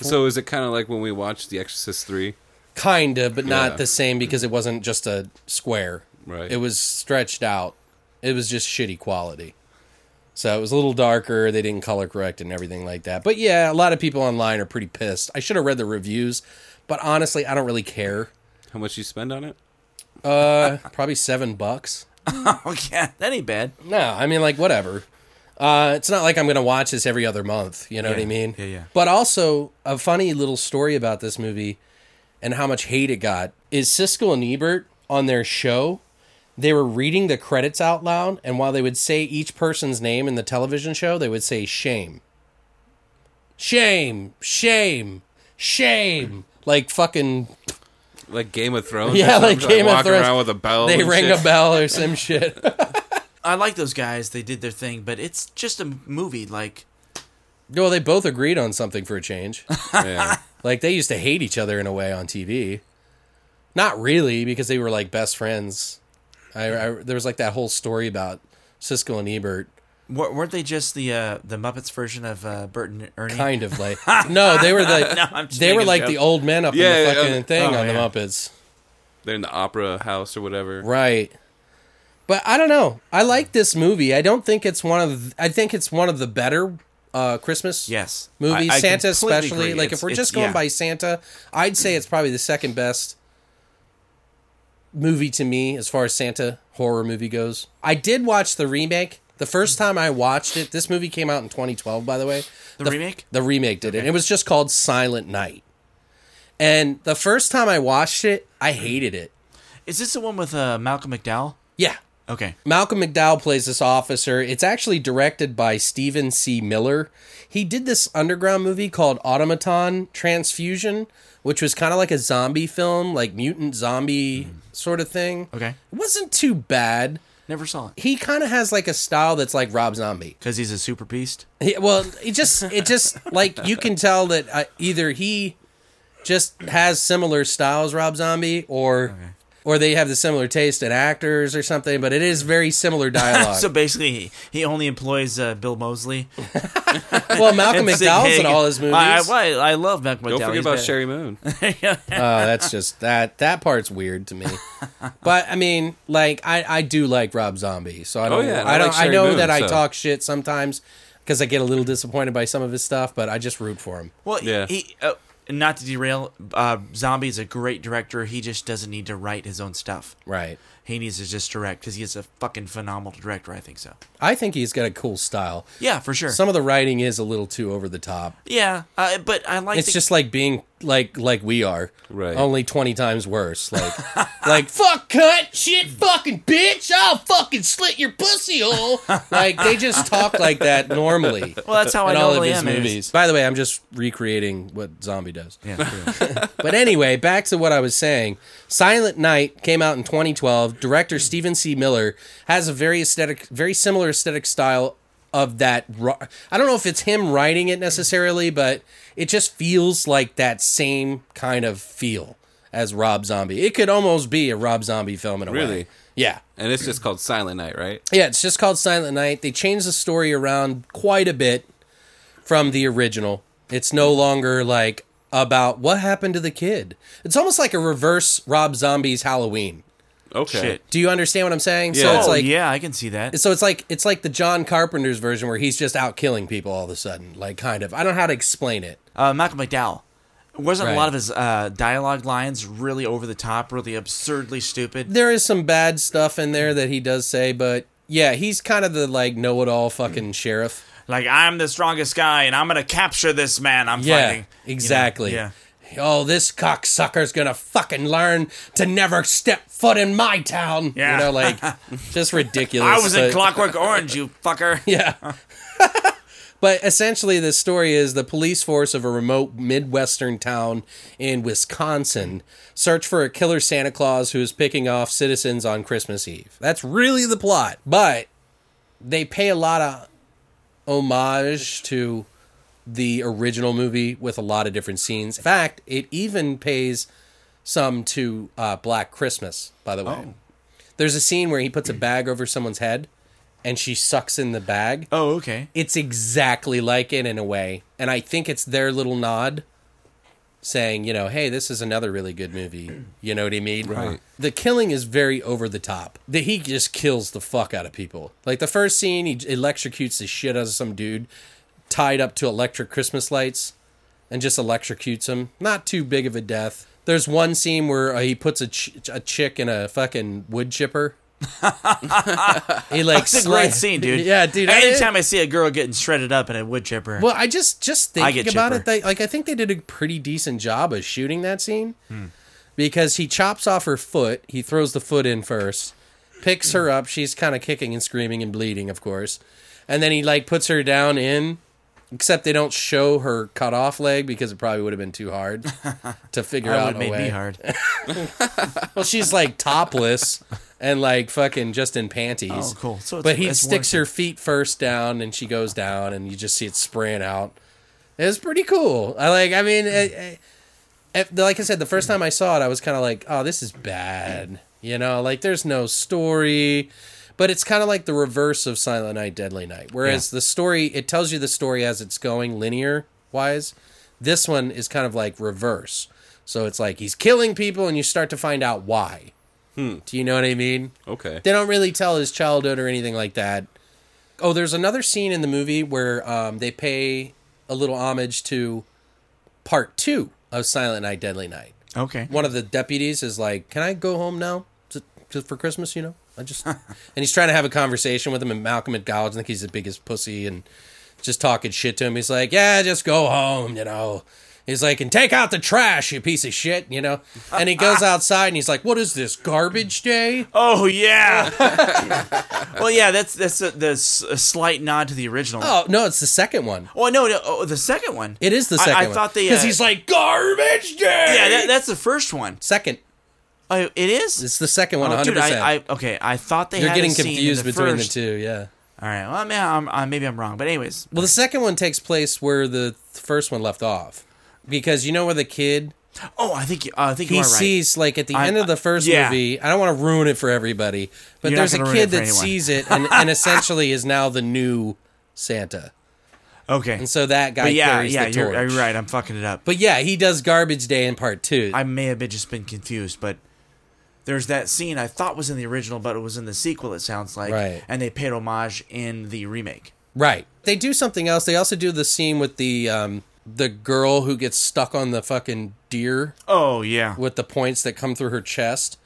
So is it kind of like when we watched The Exorcist three? kind of, but not Yeah. the same because it wasn't just a square. Right. It was stretched out. It was just shitty quality. So it was a little darker. They didn't color correct and everything like that. But yeah, a lot of people online are pretty pissed. I should have read the reviews, but honestly, I don't really care. How much you spend on it? Probably seven bucks. Oh yeah, that ain't bad. No, I mean like whatever. Uh, it's not like I'm going to watch this every other month. You know what I Yeah, mean? yeah, yeah. But also, a funny little story about this movie and how much hate it got is Siskel and Ebert on their show. They were reading the credits out loud, and while they would say each person's name in the television show, they would say shame. Shame, shame, shame. Like fucking Like Game of Thrones. Yeah, or like something? Game of walking Thrones. around with a bell. they and ring shit. a bell or some shit. I like those guys. They did their thing, but it's just a movie. Like well, they both agreed on something for a change. Yeah. Like they used to hate each other in a way on TV. Not really, because they were like best friends. I, I there was like that whole story about Siskel and Ebert, wa- weren't they just the uh, the Muppets version of uh, Bert and Ernie? kind of like no, they were like I'm just they were making a like joke. the old men up in Yeah, yeah, the fucking um, thing oh, on yeah. the Muppets, They're in the opera house or whatever. right? But I don't know. I like this movie. I don't think it's one of. I think it's one of the better uh, Christmas Yes. movies. I- I Santa completely especially. agree. Like It's- if we're it's- just going yeah. by Santa, I'd say it's probably the second best movie to me as far as Santa horror movie goes. I did watch the remake. The first time I watched it, this movie came out in 2012, by the way. Hmm. The remake? The remake did it. It was just called Silent Night. And the first time I watched it, I hated it. Is this the one with uh, Malcolm McDowell? Yeah. Okay. Malcolm McDowell plays this officer. It's actually directed by Stephen C. Miller. He did this underground movie called Automaton Transfusion, which was kind of like a zombie film, like mutant zombie sort of thing. Okay. It wasn't too bad. Never saw it. He kind of has like a style that's like Rob Zombie. Because he's a super beast. He- well, it just it just like you can tell that uh, either he just has similar styles Rob Zombie or or they have the similar taste in actors or something, but it is very similar dialogue. So basically, he, he only employs uh, Bill Mosley. Well, Malcolm and Sid McDowell's Haig. in all his movies. I, I, I love Malcolm McDowell. Don't forget He's about bad. Sherry Moon. oh, that's just that that part's weird to me. but I mean, like I I do like Rob Zombie, so I don't Oh, yeah, and I I don't like I Sherry know Moon, that I so- talk shit sometimes because I get a little disappointed by some of his stuff, but I just root for him. Well, he- Yeah. he, uh, not to derail, uh, Zombie is a great director. He just doesn't need to write his own stuff. Right. He needs to just direct because he's a fucking phenomenal director. I think so. I think he's got a cool style. Yeah, for sure. Some of the writing is a little too over the top. yeah, uh, but I like. It's the- just like being like like we are, Right. Only twenty times worse. Like like fuck cut shit fucking bitch. I'll fucking slit your pussy hole. like they just talk like that normally. well, that's how I in all of normally his am. It is- movies. By the way, I'm just recreating what Zombie does. Yeah, But anyway, back to what I was saying. Silent Night came out in 2012. Director Stephen C. Miller has a very aesthetic, very similar aesthetic style of that. ro- I don't know if it's him writing it necessarily, but it just feels like that same kind of feel as Rob Zombie. It could almost be a Rob Zombie film in a way. Really? Yeah. And it's just called Silent Night, right? Yeah, it's just called Silent Night. They changed the story around quite a bit from the original. It's no longer like about what happened to the kid. It's almost like a reverse Rob Zombie's Halloween. Okay. Shit. Do you understand what I'm saying? So Yeah. it's Oh, like yeah, I can see that. so it's like it's like the John Carpenter's version where he's just out killing people all of a sudden, like kind of. I don't know how to explain it. Uh, Malcolm McDowell. Wasn't Right. a lot of his uh, dialogue lines really over the top, really absurdly stupid? There is some bad stuff in there that he does say, but yeah, he's kind of the like know-it-all fucking sheriff. Like, I'm the strongest guy and I'm going to capture this man I'm Yeah, fighting. You know? exactly. Yeah. Oh, this cocksucker's gonna fucking learn to never step foot in my town. Yeah. You know, like just ridiculous. I was in but- Clockwork Orange, you fucker. Yeah. but essentially, the story is the police force of a remote Midwestern town in Wisconsin search for a killer Santa Claus who is picking off citizens on Christmas Eve. That's really the plot. But they pay a lot of homage to the original movie with a lot of different scenes. In fact, it even pays some to uh, Black Christmas, by the way. There's a scene where he puts a bag over someone's head and she sucks in the bag. Oh, okay. It's exactly like it in a way. And I think it's their little nod saying, you know, hey, this is another really good movie. You know what I mean? Right. The killing is very over the top. That he just kills the fuck out of people. Like the first scene, he electrocutes the shit out of some dude tied up to electric Christmas lights and just electrocutes him. Not too big of a death. There's one scene where uh, he puts a, ch- a chick in a fucking wood chipper He like It's a great sli- scene, dude. Yeah, dude. I- Anytime I, see a girl getting shredded up in a wood chipper, Well, I just just I thinking get about chipper. it, they, like I think they did a pretty decent job of shooting that scene Hmm. because he chops off her foot. He throws the foot in first, picks her up. She's kind of kicking and screaming and bleeding, of course, and then he like puts her down in. Except they don't show her cut off leg because it probably would have been too hard to figure that out would a have made way. me hard. Well, she's like topless and like fucking just in panties. Oh, cool. So it's- but he it's sticks her feet first down, and she goes down, and you just see it spraying out. It was pretty cool. I like. I mean, it, it- it- like I said, the first time I saw it, I was kind of like, "Oh, this is bad." You know, like there's no story. But it's kind of like the reverse of Silent Night, Deadly Night. Whereas the story, it tells you the story as it's going linear wise. This one is kind of like reverse. So it's like he's killing people, and you start to find out why. Do you know what I mean? Okay. They don't really tell his childhood or anything like that. Oh, there's another scene in the movie where um, they pay a little homage to part two of Silent Night, Deadly Night. Okay. One of the deputies is like, "Can I go home now? Just, just for Christmas, you know?" I just and he's trying to have a conversation with him, and Malcolm acknowledges I think he's the biggest pussy and just talking shit to him. He's like, "Yeah, just go home, you know." He's like, "And take out the trash, you piece of shit," you know. And he goes outside and he's like, "What is this garbage day?" Oh yeah. well, yeah. That's that's a, the s- a slight nod to the original. Oh no, it's the second one. Oh no, no oh, the second one. It is the I- second I, one. thought they because uh, he's like garbage day. yeah. That, that's the first one. second. Oh, it is. It's the second one. Oh, One hundred dude, I, percent. I okay. I thought they You're had getting a scene in confused the between first. the two. Yeah. All right. Well, man, I'm, i maybe I'm wrong, but anyways, Well, the second one takes place where the th- first one left off, because you know where the kid oh, I think you- uh, I think you he are right. sees like at the I'm- end of the first yeah. movie. I don't want to ruin it for everybody, but You're not there's a gonna ruin kid it for that anyone. sees it and, and essentially is now the new Santa, okay. and so that guy But yeah, carries the yeah, you're, torch. you're right. I'm fucking it up. But yeah, he does garbage day in part two. I may have been just been confused, but there's that scene I thought was in the original, but it was in the sequel. It sounds like, Right. and they paid homage in the remake. Right. They do something else. They also do the scene with the um the girl who gets stuck on the fucking deer Oh yeah, with the points that come through her chest.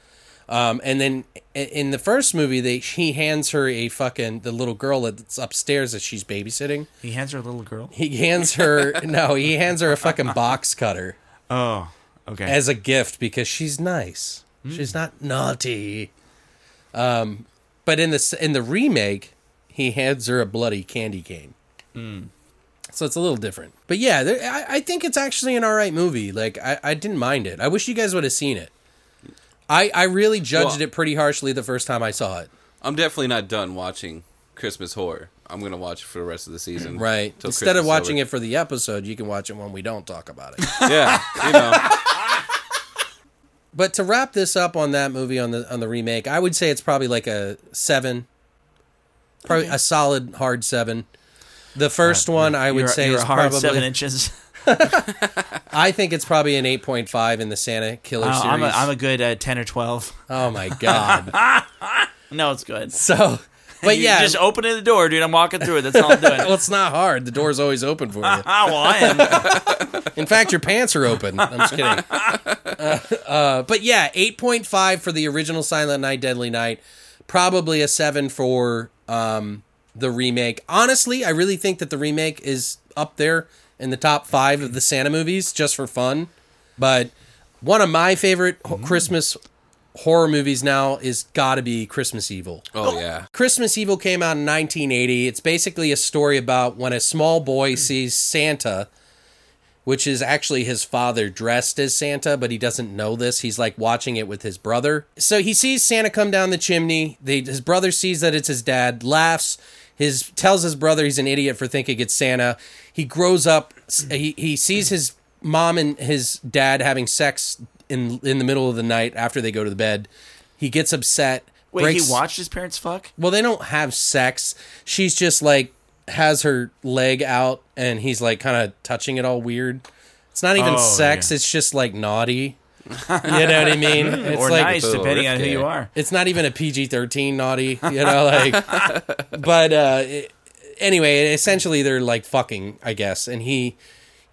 Um, and then i- in the first movie, they he hands her a fucking the little girl that's upstairs that she's babysitting. he hands her a little girl. He hands her no, he hands her a fucking box cutter Oh, okay. as a gift because she's nice. She's not naughty. Um, but in the s- in the remake, he hands her a bloody candy cane. Hmm. So it's a little different. But yeah, there, I, I think it's actually an all right movie. Like I, I didn't mind it. I wish you guys would have seen it. I, I really judged Well- it pretty harshly the first time I saw it. I'm definitely not done watching Christmas horror. I'm gonna watch it for the rest of the season. Right. till Instead of Christmas watching over. it for the episode, you can watch it when we don't talk about it. yeah, you know, but to wrap this up on that movie on the on the remake, I would say it's probably like a seven, probably a solid hard seven. The first one I would You're- say you're is a hard probably seven inches. I think it's probably an eight point five in the Santa Killer Uh, series. I'm, a, I'm a good uh, ten or twelve. oh my god! No, it's good. so, but You yeah, just opening the door, dude. I'm walking through it. That's all I'm doing. well, it's not hard. The door's always open for you. Ah, well, I am. In fact, your pants are open. I'm just kidding. Uh, uh, but yeah, 8.5 for the original Silent Night, Deadly Night. Probably a 7 for um, the remake. Honestly, I really think that the remake is up there in the top five of the Santa movies just for fun. But one of my favorite ho- Christmas horror movies now is got to be Christmas Evil. oh yeah, Christmas Evil came out in 1980. It's basically a story about when a small boy sees Santa, which is actually his father dressed as Santa, but he doesn't know this. He's like watching it with his brother. So he sees Santa come down the chimney. They, his brother sees that it's his dad, laughs, his tells his brother he's an idiot for thinking it's Santa. He grows up. s- He he sees his mom and his dad having sex in in the middle of the night after they go to the bed. He gets upset. Wait, breaks- he watched his parents fuck. well, they don't have sex. She's just like has her leg out and he's like kind of touching it all weird. It's not even Oh, sex, yeah. it's just like naughty. You know what I mean? It's or like nice, Ooh, depending on who risky. you are. it's not even a PG thirteen naughty, you know, like. but uh, it- anyway, essentially they're like fucking, I guess, and he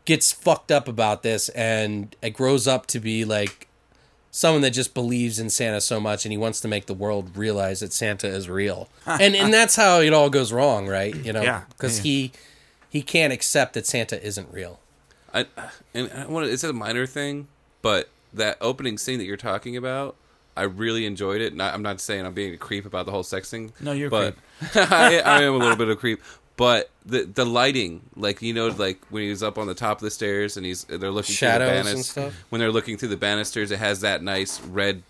gets fucked up about this, and it grows up to be like someone that just believes in Santa so much and he wants to make the world realize that Santa is real. and and that's how it all goes wrong, right? You know, Yeah. because Yeah. he he can't accept that Santa isn't real. I, and I want to, it's a minor thing, but that opening scene that you're talking about, I really enjoyed it. Not, I'm not saying I'm being a creep about the whole sex thing. No, you're a but I, I am a little bit of a creep. But the the lighting, like you know, like when he was up on the top of the stairs and he's they're looking Shadows through the and banisters, stuff? when they're looking through the banisters, it has that nice red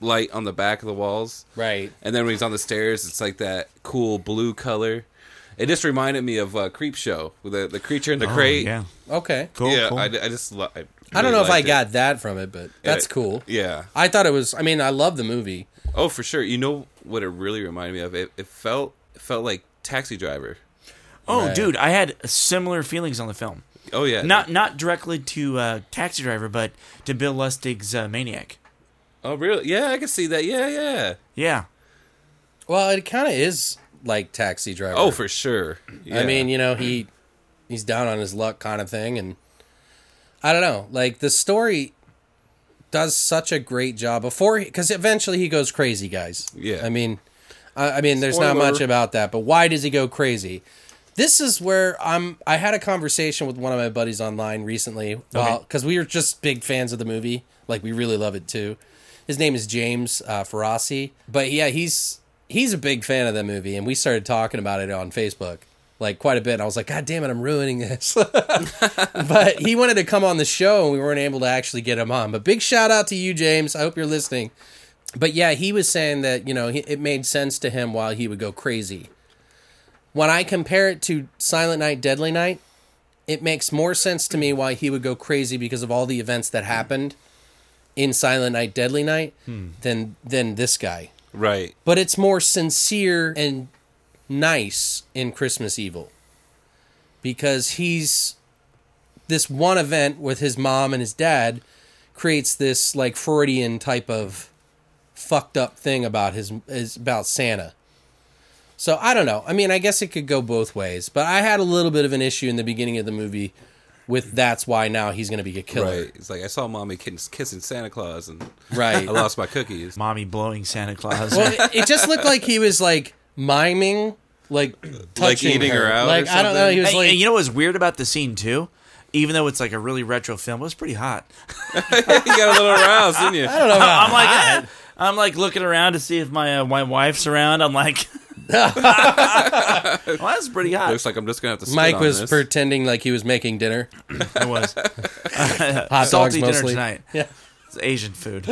light on the back of the walls. Right. And then when he's on the stairs, it's like that cool blue color. It just reminded me of uh, Creep Show with the, the creature in the crate. Oh, Yeah. Okay. Cool. yeah, cool. I, I just lo- I, I don't really know if I liked it. got that from it, but that's Yeah, cool. Yeah. I thought it was. I mean, I love the movie. Oh, for sure. You know what it really reminded me of? It, it felt it felt like Taxi Driver. oh, Right. dude, I had similar feelings on the film. Oh yeah. Not not directly to uh, Taxi Driver, but to Bill Lustig's uh, Maniac. Oh really? Yeah, I can see that. Yeah, yeah. Yeah. Well, it kind of is like Taxi Driver. Oh, for sure. Yeah. I mean, you know, he he's down on his luck kind of thing and I don't know. Like the story does such a great job before cuz eventually he goes crazy, guys. Yeah. I mean I, I mean there's not Spoiler. much about that, but why does he go crazy? This is where I'm I had a conversation with one of my buddies online recently while cuz we were just big fans of the movie. Like we really love it too. His name is James uh, Ferrasi, but yeah, he's he's a big fan of that movie, and we started talking about it on Facebook like quite a bit. And I was like, God damn it, I'm ruining this. but he wanted to come on the show, and we weren't able to actually get him on. But big shout out to you, James. I hope you're listening. But yeah, he was saying that you know he- it made sense to him while he would go crazy. When I compare it to Silent Night, Deadly Night, it makes more sense to me why he would go crazy because of all the events that happened in Silent Night, Deadly Night than than this guy. right. But it's more sincere and nice in Christmas Evil because he's this one event with his mom and his dad creates this like Freudian type of fucked up thing about his is about Santa. So I don't know. I mean, I guess it could go both ways, but I had a little bit of an issue in the beginning of the movie with that's why now he's going to be a killer. Right. It's like I saw mommy kiss- kissing Santa Claus and Right. I lost my cookies. Mommy blowing Santa Claus. Well, it, it just looked like he was like miming, like touching eating her out or Like I don't know. He was Hey, like, you know what's weird about the scene too? Even though it's like a really retro film, it was pretty hot. you got a little aroused, didn't you? I don't know about I'm like, eh. I'm like looking around to see if my uh, my wife's around. I'm like, well, that's pretty hot. Looks like I'm just gonna have to. Spit Mike on was this. pretending like he was making dinner, It was hot salty dogs dinner mostly. tonight. Yeah, It's Asian food.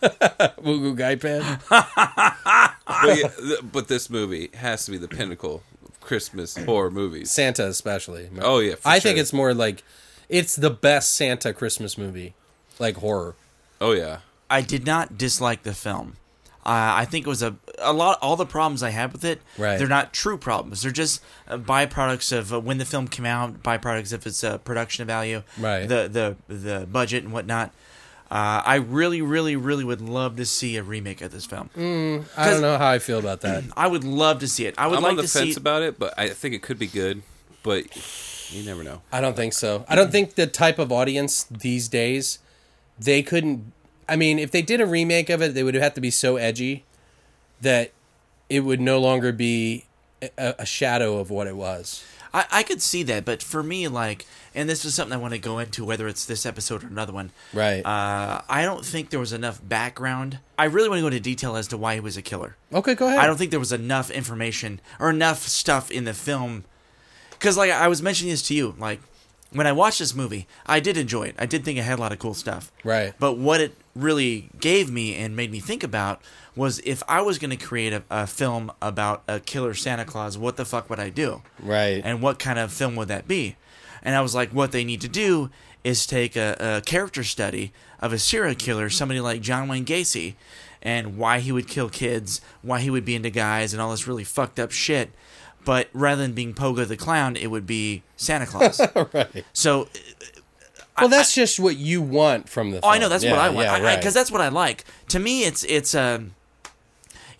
Wugu Guy Pan. But, yeah, th- but this movie has to be the pinnacle of Christmas horror movies. Santa especially. Oh, yeah, for I think sure. it's more like it's the best Santa Christmas movie, like horror. Oh yeah. I did not dislike the film. Uh, I think it was a a lot. All the problems I had with it, Right. they're not true problems. They're just uh, byproducts of uh, when the film came out, byproducts of its uh, production value, Right. The the the budget and whatnot. Uh, I really, really, really would love to see a remake of this film. I don't know how I feel about that. I would love to see it. I would I'm like on the to fence see. about it, but I think it could be good. But you never know. I don't think so. I don't think the type of audience these days they couldn't. I mean, if they did a remake of it, they would have to be so edgy that it would no longer be a, a shadow of what it was. I, I could see that, but for me, like, and this is something I want to go into, whether it's this episode or another one. Right. Uh, I don't think there was enough background. I really want to go into detail as to why he was a killer. okay, go ahead. I don't think there was enough information or enough stuff in the film. Because, like, I was mentioning this to you, like, when I watched this movie, I did enjoy it. I did think it had a lot of cool stuff. Right. But what it really gave me and made me think about was if I was going to create a, a film about a killer Santa Claus, what the fuck would I do? Right. And what kind of film would that be? And I was like, what they need to do is take a, a character study of a serial killer, somebody like John Wayne Gacy, and why he would kill kids, why he would be into guys, and all this really fucked up shit. But rather than being Pogo the Clown, it would be Santa Claus. right. so Well, that's just what you want from the. Oh, I film. know. That's Yeah, what I want. yeah, Because right. that's what I like. To me, it's it's um,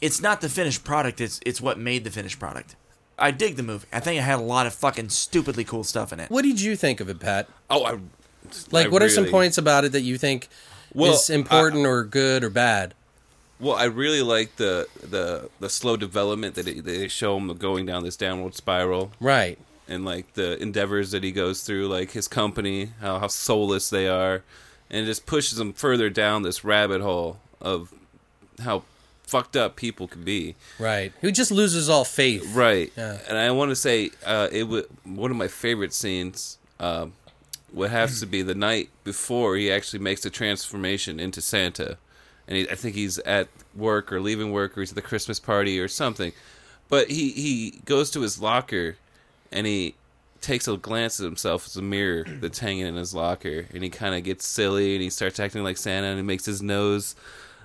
it's not the finished product. It's it's what made the finished product. I dig the movie. I think it had a lot of fucking stupidly cool stuff in it. What did you think of it, Pat? Oh, I Like, I what are some really- points about it that you think Well, is important or good or bad. Well, I really like the the the slow development that it, they show him going down this downward spiral, Right. and like the endeavors that he goes through, like his company, how how soulless they are, and it just pushes him further down this rabbit hole of how fucked up people can be. Right. Who just loses all faith. Right. Yeah. And I want to say uh, it was one of my favorite scenes. Um, would have to be the night before he actually makes the transformation into Santa, and he, I think he's at work or leaving work or he's at the Christmas party or something. But he he goes to his locker, and he takes a glance at himself as a mirror that's hanging in his locker, and he kind of gets silly and he starts acting like Santa and he makes his nose,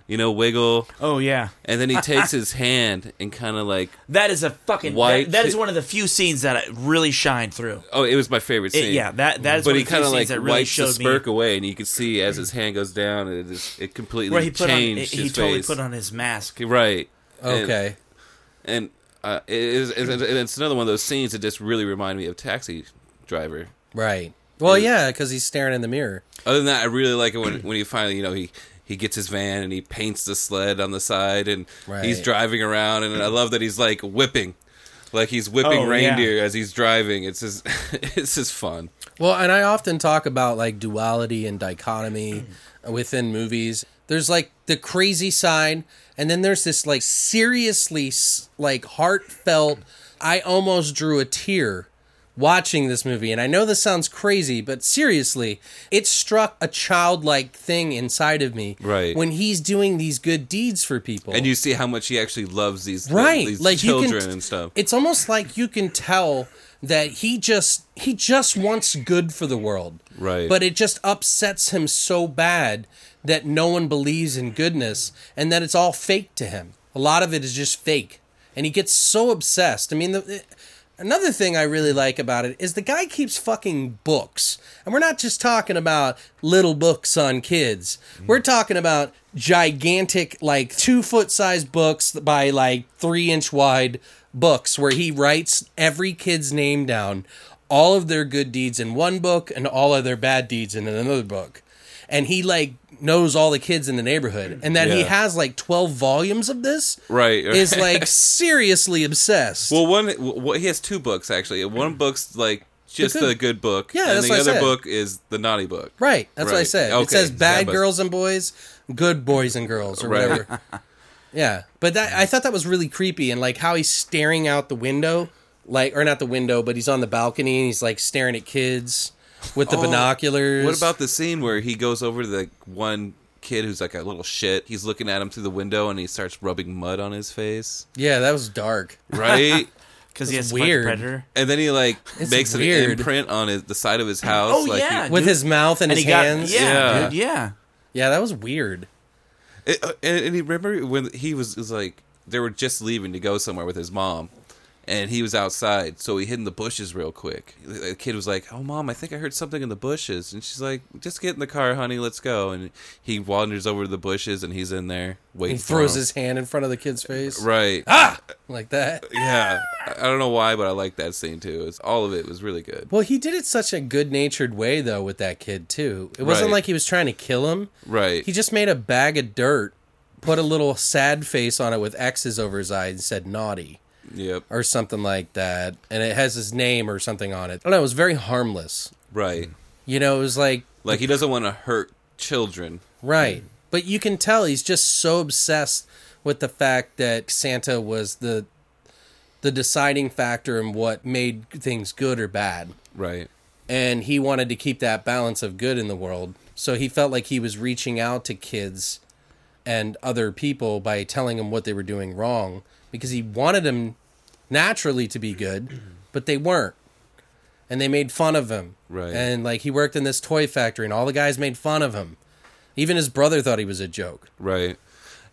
you know, wiggle, Oh yeah, and then he takes his hand and kind of like that is a fucking White that- that is fi- one of the few scenes that I really shined through. Oh, it was my favorite It- scene. yeah, that that is but one he of the few kind of scenes like that really wipes the showed me smirk away, and you can see as his hand goes down, it just it completely where he put on he changed his totally face. put on his mask. right. And- Okay. and, uh, it is, it's, it's- it's another one of those scenes that just really remind me of Taxi Driver. right. Well, yeah, because he's staring in the mirror. Other than that, I really like it when when he finally you know he. He gets his van and he paints the sled on the side, and he's Right. driving around. And I love that he's like whipping, like he's whipping Oh, yeah. reindeer as he's driving. It's just, it's just fun. Well, and I often talk about like duality and dichotomy within movies. There's like the crazy side, and then there's this like seriously s- like heartfelt. I almost drew a tear watching this movie, and I know this sounds crazy, but seriously, it struck a childlike thing inside of me. Right. when he's doing these good deeds for people, and you see how much he actually loves these right these like children you can, and stuff it's almost like you can tell that he just he just wants good for the world Right. but it just upsets him so bad that no one believes in goodness and that it's all fake to him a lot of it is just fake and he gets so obsessed i mean the Another thing I really like about it is the guy keeps fucking books. And we're not just talking about little books on kids. We're talking about gigantic, like two foot size books by like three inch wide books where he writes every kid's name down, all of their good deeds in one book and all of their bad deeds in another book. And he like knows all the kids in the neighborhood. And that he Yeah. has like 12 volumes of this Right, right. is like seriously obsessed. well one well, he has two books actually one book's like just the Mm. good- good, book Yeah, and that's the what I other said. book is the naughty book Right. That's what I Right. said. It Okay, says bad Zambas. girls and boys, good boys and girls, or Right. whatever. yeah. But that I thought that was really creepy and like how he's staring out the window, like or not the window, but he's on the balcony and he's like staring at kids with the binoculars. Oh, what about the scene where he goes over to the one kid who's like a little shit he's looking at him through the window and he starts rubbing mud on his face Yeah, that was dark. right because he That's has a fucking weird. predator. and then he like It's makes an weird. imprint on his, the side of his house Oh, like he- yeah. With Dude. his mouth and, And he his got hands. yeah, Yeah. dude, yeah. Yeah, that was weird. It, uh, and, and he remember when he was, was like they were just leaving to go somewhere with his mom, and he was outside, so he hid in the bushes real quick. The the kid was like, "Oh, mom, I think I heard something in the bushes," and she's like, "Just get in the car, honey, let's go." And he wanders over to the bushes, and he's in there waiting. He throws for him. his Ah! hand in front of the kid's face. right. Like that. Yeah, I I don't know why, but I like that scene too. It's, all of it was really good. Well, he did it such a good natured way, though, with that kid, too. It wasn't Right. like he was trying to kill him. Right. He just made a bag of dirt, put a little sad face on it with X's over his eye, and said naughty Yep. or something like that. And it has his name or something on it. I don't know. It was very harmless. Right. You know, it was like, Like he doesn't want to hurt children. right. But you can tell he's just so obsessed with the fact that Santa was the the deciding factor in what made things good or bad. Right. and he wanted to keep that balance of good in the world. So he felt like he was reaching out to kids and other people by telling them what they were doing wrong because he wanted them naturally to be good, but they weren't. And they made fun of him. Right. And like he worked in this toy factory and all the guys made fun of him. Even his brother thought he was a joke. Right.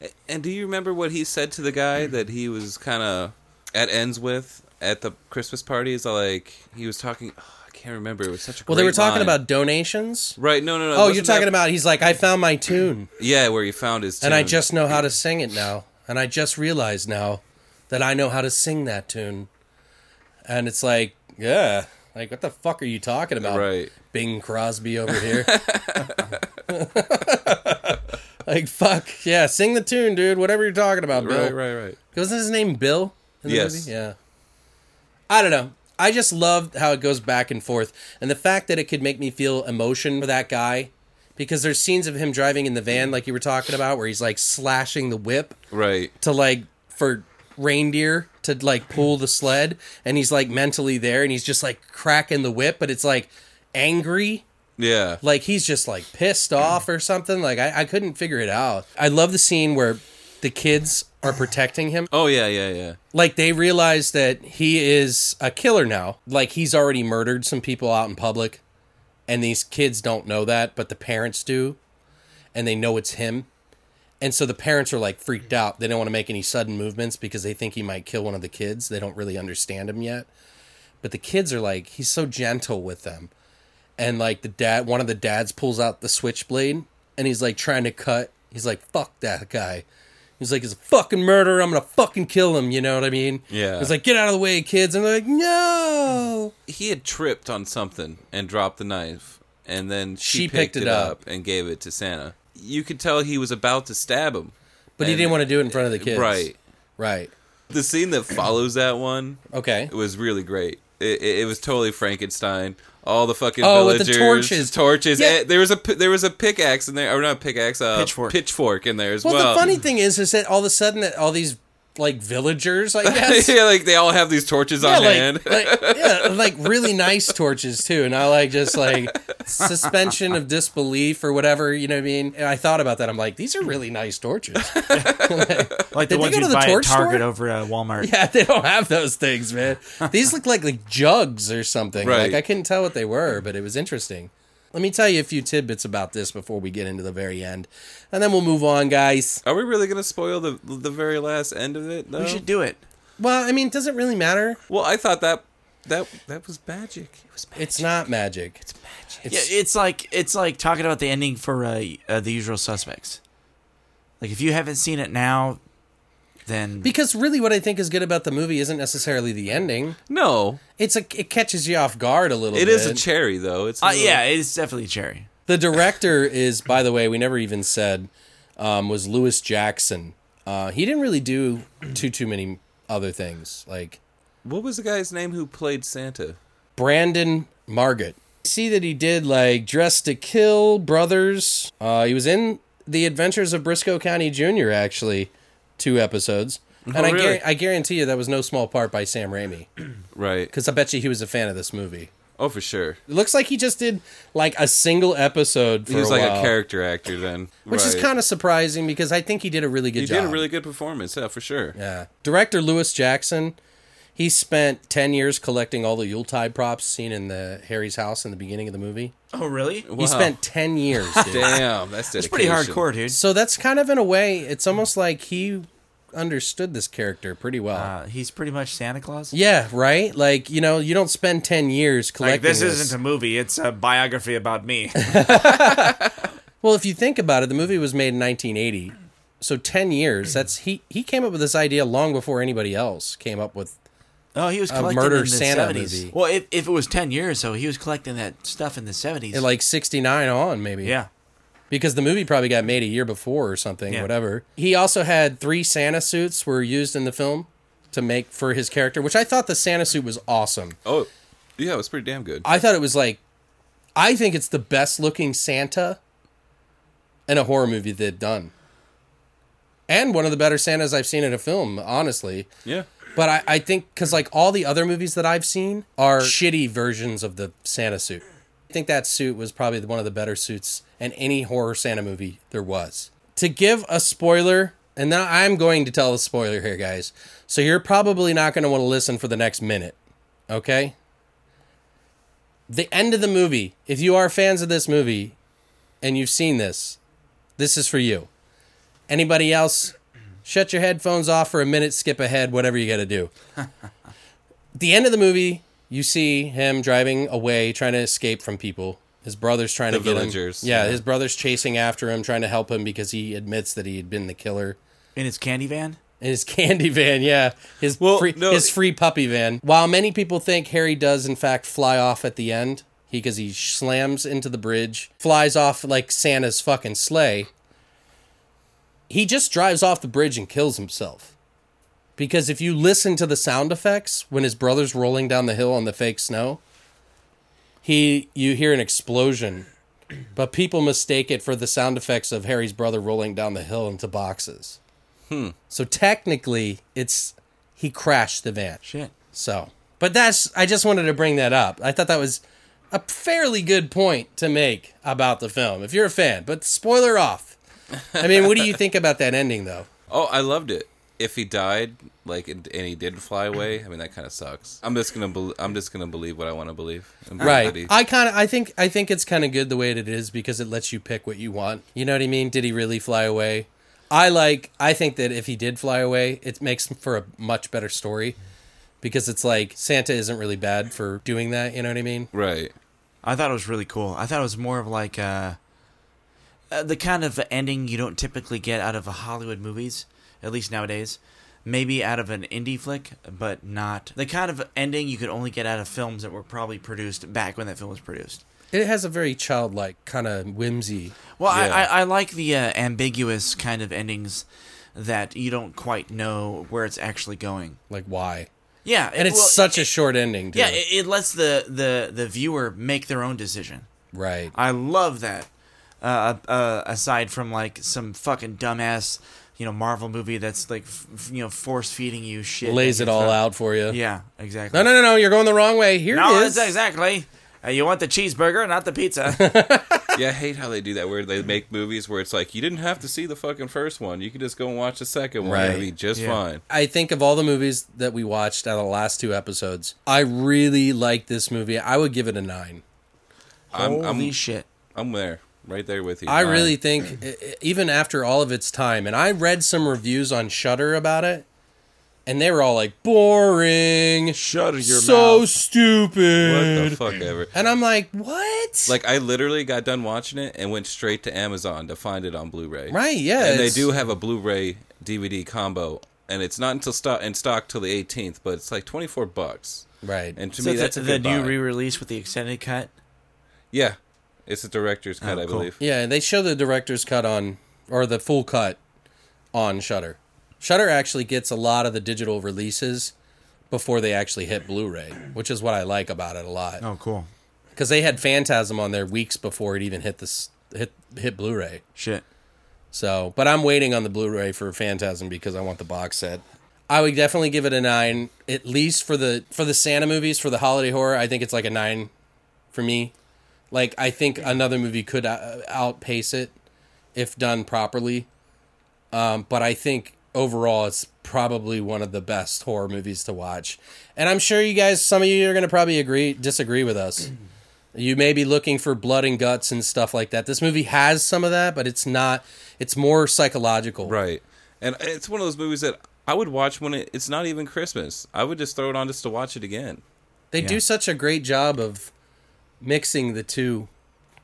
A- And do you remember what he said to the guy that he was kind of at ends with at the Christmas party? Is like he was talking. oh, I can't remember. It was such a. Well, they great were talking line. about donations. Right. No. No. No. Oh, wasn't you're talking that- about he's like, I found my tune. Yeah, where he found his. And I tune. just know how to sing it now. And I just realized now that I know how to sing that tune. And it's like, yeah. Like, what the fuck are you talking about? Right. Bing Crosby over here. Like fuck yeah, sing the tune, dude. Whatever you're talking about, Bill. Right, right, right. Wasn't his name Bill? In the Yes. movie? Yeah. I don't know. I just love how it goes back and forth, and the fact that it could make me feel emotion for that guy, because there's scenes of him driving in the van, like you were talking about, where he's like slashing the whip Right. to like for reindeer to like pull the sled, and he's like mentally there, and he's just like cracking the whip, but it's like angry Yeah. like he's just like pissed off or something like I, I couldn't figure it out i love the scene where the kids are protecting him Oh yeah, yeah, yeah. like they realize that he is a killer now like he's already murdered some people out in public and these kids don't know that but the parents do and they know it's him and so the parents are like freaked out they don't want to make any sudden movements because they think he might kill one of the kids they don't really understand him yet but the kids are like he's so gentle with them and like the dad one of the dads pulls out the switchblade and he's like trying to cut he's like fuck that guy he's like he's a fucking murderer i'm gonna fucking kill him you know what i mean Yeah. he's like get out of the way kids and they're like no He had tripped on something and dropped the knife, and then she, She picked it up. and gave it to Santa. You could tell he was about to stab him. but he And- didn't want to do it in front of the kids Right. right The scene that follows that one okay was really great. It, it, it was totally Frankenstein. All the fucking Oh, with the villagers, torches. torches. Yeah. Eh, There was a p- there was a pickaxe in there, or not pickaxe, uh, Pitchfork. pitchfork in there as well. well, the funny thing is is that all of a sudden that all these like villagers i guess yeah, like they all have these torches on hand. like, like- yeah, like really nice torches too, and I like just like suspension of disbelief or whatever. You know what I mean? And I thought about that. I'm like, these are really nice torches. Like the Did they ones go you to the buy at torch store? Target over at Walmart. yeah, they don't have those things, man. These look like like jugs or something. Right. Like I couldn't tell what they were, but it was interesting. Let me tell you a few tidbits about this before we get into the very end, and then we'll move on, guys. Are we really gonna spoil the the very last end of it? though? We should do it. Well, I mean, does it really matter? Well, I thought that that that was magic. It was magic. It's not magic. It's magic. Yeah, it's like it's like talking about the ending for uh, uh, the Usual Suspects. Like if you haven't seen it now, then because really, what I think is good about the movie isn't necessarily the ending. No, It's a it catches you off guard a little it bit. is a cherry though. It's a uh, little- yeah, it's definitely Cherry. the director is by the way, we never even said um, was Lewis Jackson. Uh, he didn't really do too too many other things like What was the guy's name who played Santa? Brandon Margot. See that he did like Dress to Kill, Brothers. Uh, he was in The Adventures of Briscoe County Jr. actually two episodes. And I, Oh, really? guar- I guarantee you that was no small part by Sam Raimi Right. because I bet you he was a fan of this movie. Oh, for sure. It looks like he just did like a single episode. For He was a like while. a character actor then, which is kind of surprising because I think he did a really good He job. did a really good performance. Yeah, for sure. yeah. Director Lewis Jackson, he spent ten years collecting all the Yuletide props seen in the Harry's house in the beginning of the movie. Oh, really? He spent ten years. Dude. Damn, that's It's pretty dedication. hardcore, dude. so that's kind of in a way, it's almost like he understood this character pretty well. Uh, he's pretty much Santa Claus. yeah, right. Like you know, you don't spend ten years collecting. this. movie; it's a biography about me. Well, if you think about it, the movie was made in 1980, so 10 Mm. years. That's he he came up with this idea long before anybody else came up with. oh, he was collecting murder in the Santa 70s. movie. Well, if, if it was ten years, so he was collecting that stuff in the seventies. Like 69 on maybe. yeah, Because the movie probably got made a year before or something, Yeah. whatever. He also had three Santa suits were used in the film to make for his character, which I thought the Santa suit was awesome. Oh, yeah, it was pretty damn good. I thought it was like I think it's the best looking Santa in a horror movie they've done. And one of the better Santas I've seen in a film, honestly. yeah. But I, I think because like all the other movies that I've seen are shitty versions of the Santa suit. I think that suit was probably one of the better suits in any horror Santa movie there was. To give a spoiler, and now I'm going to tell a spoiler here, guys. So you're probably not going to want to listen for the next minute, okay? The end of the movie. If you are fans of this movie and you've seen this, this is for you. Anybody else, shut your headphones off for a minute, skip ahead, whatever you got to do. the end of the movie, you see him driving away, trying to escape from people. His brother's trying The to get villagers, him. Yeah, yeah. his brother's chasing after him, trying to help him because he admits that he had been the killer. in his candy van. In his candy van, yeah, his free, no- his free puppy van. While many people think Harry does in fact fly off at the end, he because he slams into the bridge, flies off like Santa's fucking sleigh. he just drives off the bridge and kills himself. Because if you listen to the sound effects when his brother's rolling down the hill on the fake snow, he you hear an explosion, but people mistake it for the sound effects of Harry's brother rolling down the hill into boxes. Hmm. So technically, it's he crashed the van. Shit. So, but that's I just wanted to bring that up. I thought that was a fairly good point to make about the film if you're a fan. But spoiler off. I mean, what do you think about that ending though? Oh, I loved it. If he died, like, and, and he didn't fly away, I mean, that kind of sucks. I'm just gonna, bel I'm just gonna believe what I want to believe. And believe that he- Right. I kind of I think I think it's kind of good the way that it is because it lets you pick what you want. You know what I mean? Did he really fly away? I like I think that if he did fly away, it makes for a much better story because it's like Santa isn't really bad for doing that, you know what I mean? right. I thought it was really cool. I thought it was more of like uh, uh, the kind of ending you don't typically get out of Hollywood movies, at least nowadays. Maybe out of an indie flick, but not the kind of ending you could only get out of films that were probably produced back when that film was produced. It has a very childlike kind of whimsy. Well, Yeah. I, I, I like the uh, ambiguous kind of endings that you don't quite know where it's actually going. Like why? Yeah, And it's such a short ending, too. yeah. It, it lets the, the the viewer make their own decision. right. I love that. Uh, uh, aside from like some fucking dumbass, you know, Marvel movie that's like, f- f- you know, force feeding you shit. Lays it all out for you. Yeah, exactly. No, no, no, no. You're going the wrong way. Here no, it that's is. exactly. Uh, you want the cheeseburger, not the pizza. Yeah, I hate how they do that. Where they make movies where it's like you didn't have to see the fucking first one; you could just go and watch the second one. Right. It'd be just Yeah. fine. I think of all the movies that we watched out of the last two episodes, I really like this movie. I would give it a nine. I'm, Holy I'm, shit! I'm there, right there with you. I Nine. really think, e- e- even after all of its time, and I read some reviews on Shudder about it, and they were all like, boring, Shut your so mouth. what stupid. the fuck ever. and I'm like, what? Like I literally got done watching it and went straight to Amazon to find it on Blu-ray. right, yeah. and they it's- do have a Blu-ray DVD combo, and it's not until stock in stock till the 18th, but it's like 24 bucks. Right. And to So me, the, that's a the good new buy. re-release with the extended cut. yeah, it's a director's cut, I Oh, cool. believe. Yeah, and they show the director's cut on or the full cut on Shutter. Shutter actually gets a lot of the digital releases before they actually hit Blu-ray, which is what I like about it a lot. Oh, cool. Because they had Phantasm on there weeks before it even hit this hit hit Blu-ray. Shit. So, but I'm waiting on the Blu-ray for Phantasm because I want the box set. I would definitely give it a nine, at least for the for the Santa movies for the holiday horror. I think it's like a nine for me. Like I think another movie could uh, outpace it if done properly. Um, but I think overall it's probably one of the best horror movies to watch. And I'm sure you guys, some of you are going to probably agree disagree with us. You may be looking for blood and guts and stuff like that. This movie has some of that, but it's not. It's more psychological. Right. And it's one of those movies that I would watch when it, it's not even Christmas. I would just throw it on just to watch it again. They Yeah. do such a great job of mixing the two,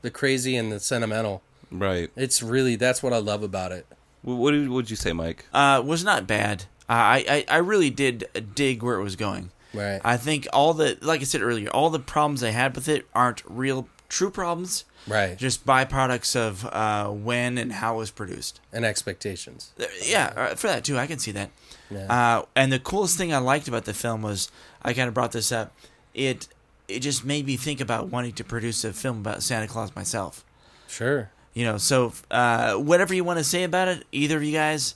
the crazy and the sentimental. Right. It's really that's what I love about it. What did- what would you say, Mike? uh, was not bad. I, I I really did dig where it was going. Right. I think all the like I said earlier, all the problems I had with it aren't real, true problems. Right. Just byproducts of uh, when and how it was produced. and expectations. Uh, Yeah, uh, for that too, I can see that. Yeah. Uh, and the coolest thing I liked about the film was I kind of brought this up. It it just made me think about wanting to produce a film about Santa Claus myself. sure. You know, so uh, whatever you want to say about it, either of you guys,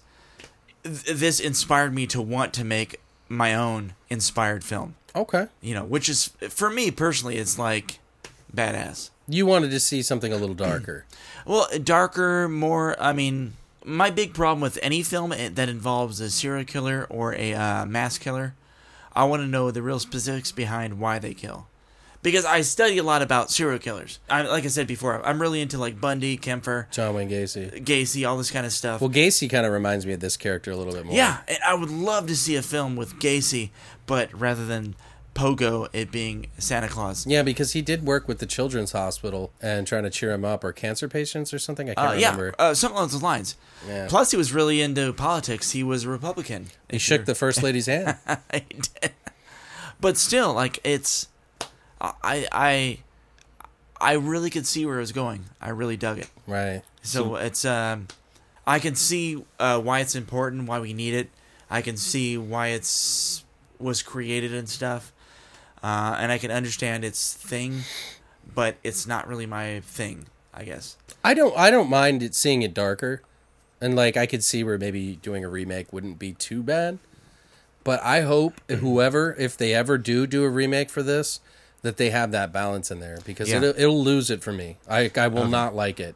th- this inspired me to want to make my own inspired film. Okay. You know, which is for me personally, it's like badass. You wanted to see something a little darker. Well, darker, more. I mean, my big problem with any film eh, that involves a serial killer or a uh, mass killer, I want to know the real specifics behind why they kill. Because I study a lot about serial killers. I, like I said before, I'm really into like Bundy, Kemper, John Wayne Gacy. Gacy, all this kind of stuff. Well, Gacy kind of reminds me of this character a little bit more. yeah, and I would love to see a film with Gacy, but rather than Pogo, it being Santa Claus. Yeah, because he did work with the Children's Hospital and trying to cheer him up, or cancer patients or something. I can't Uh, yeah, remember. uh, something along those lines. Plus, he was really into politics. He was a Republican. he shook the first lady's hand. I did. But still, like it's, I I, I really could see where it was going. I really dug it. right. So, it's um, I can see uh, why it's important, why we need it. I can see why it's was created and stuff, uh, and I can understand its thing, but it's not really my thing. I guess. I don't I don't mind it seeing it darker. And like I could see where maybe doing a remake wouldn't be too bad. But I hope Mm-hmm. whoever if they ever do do a remake for this that they have that balance in there because Yeah. it'll, it'll lose it for me. I I will not like it.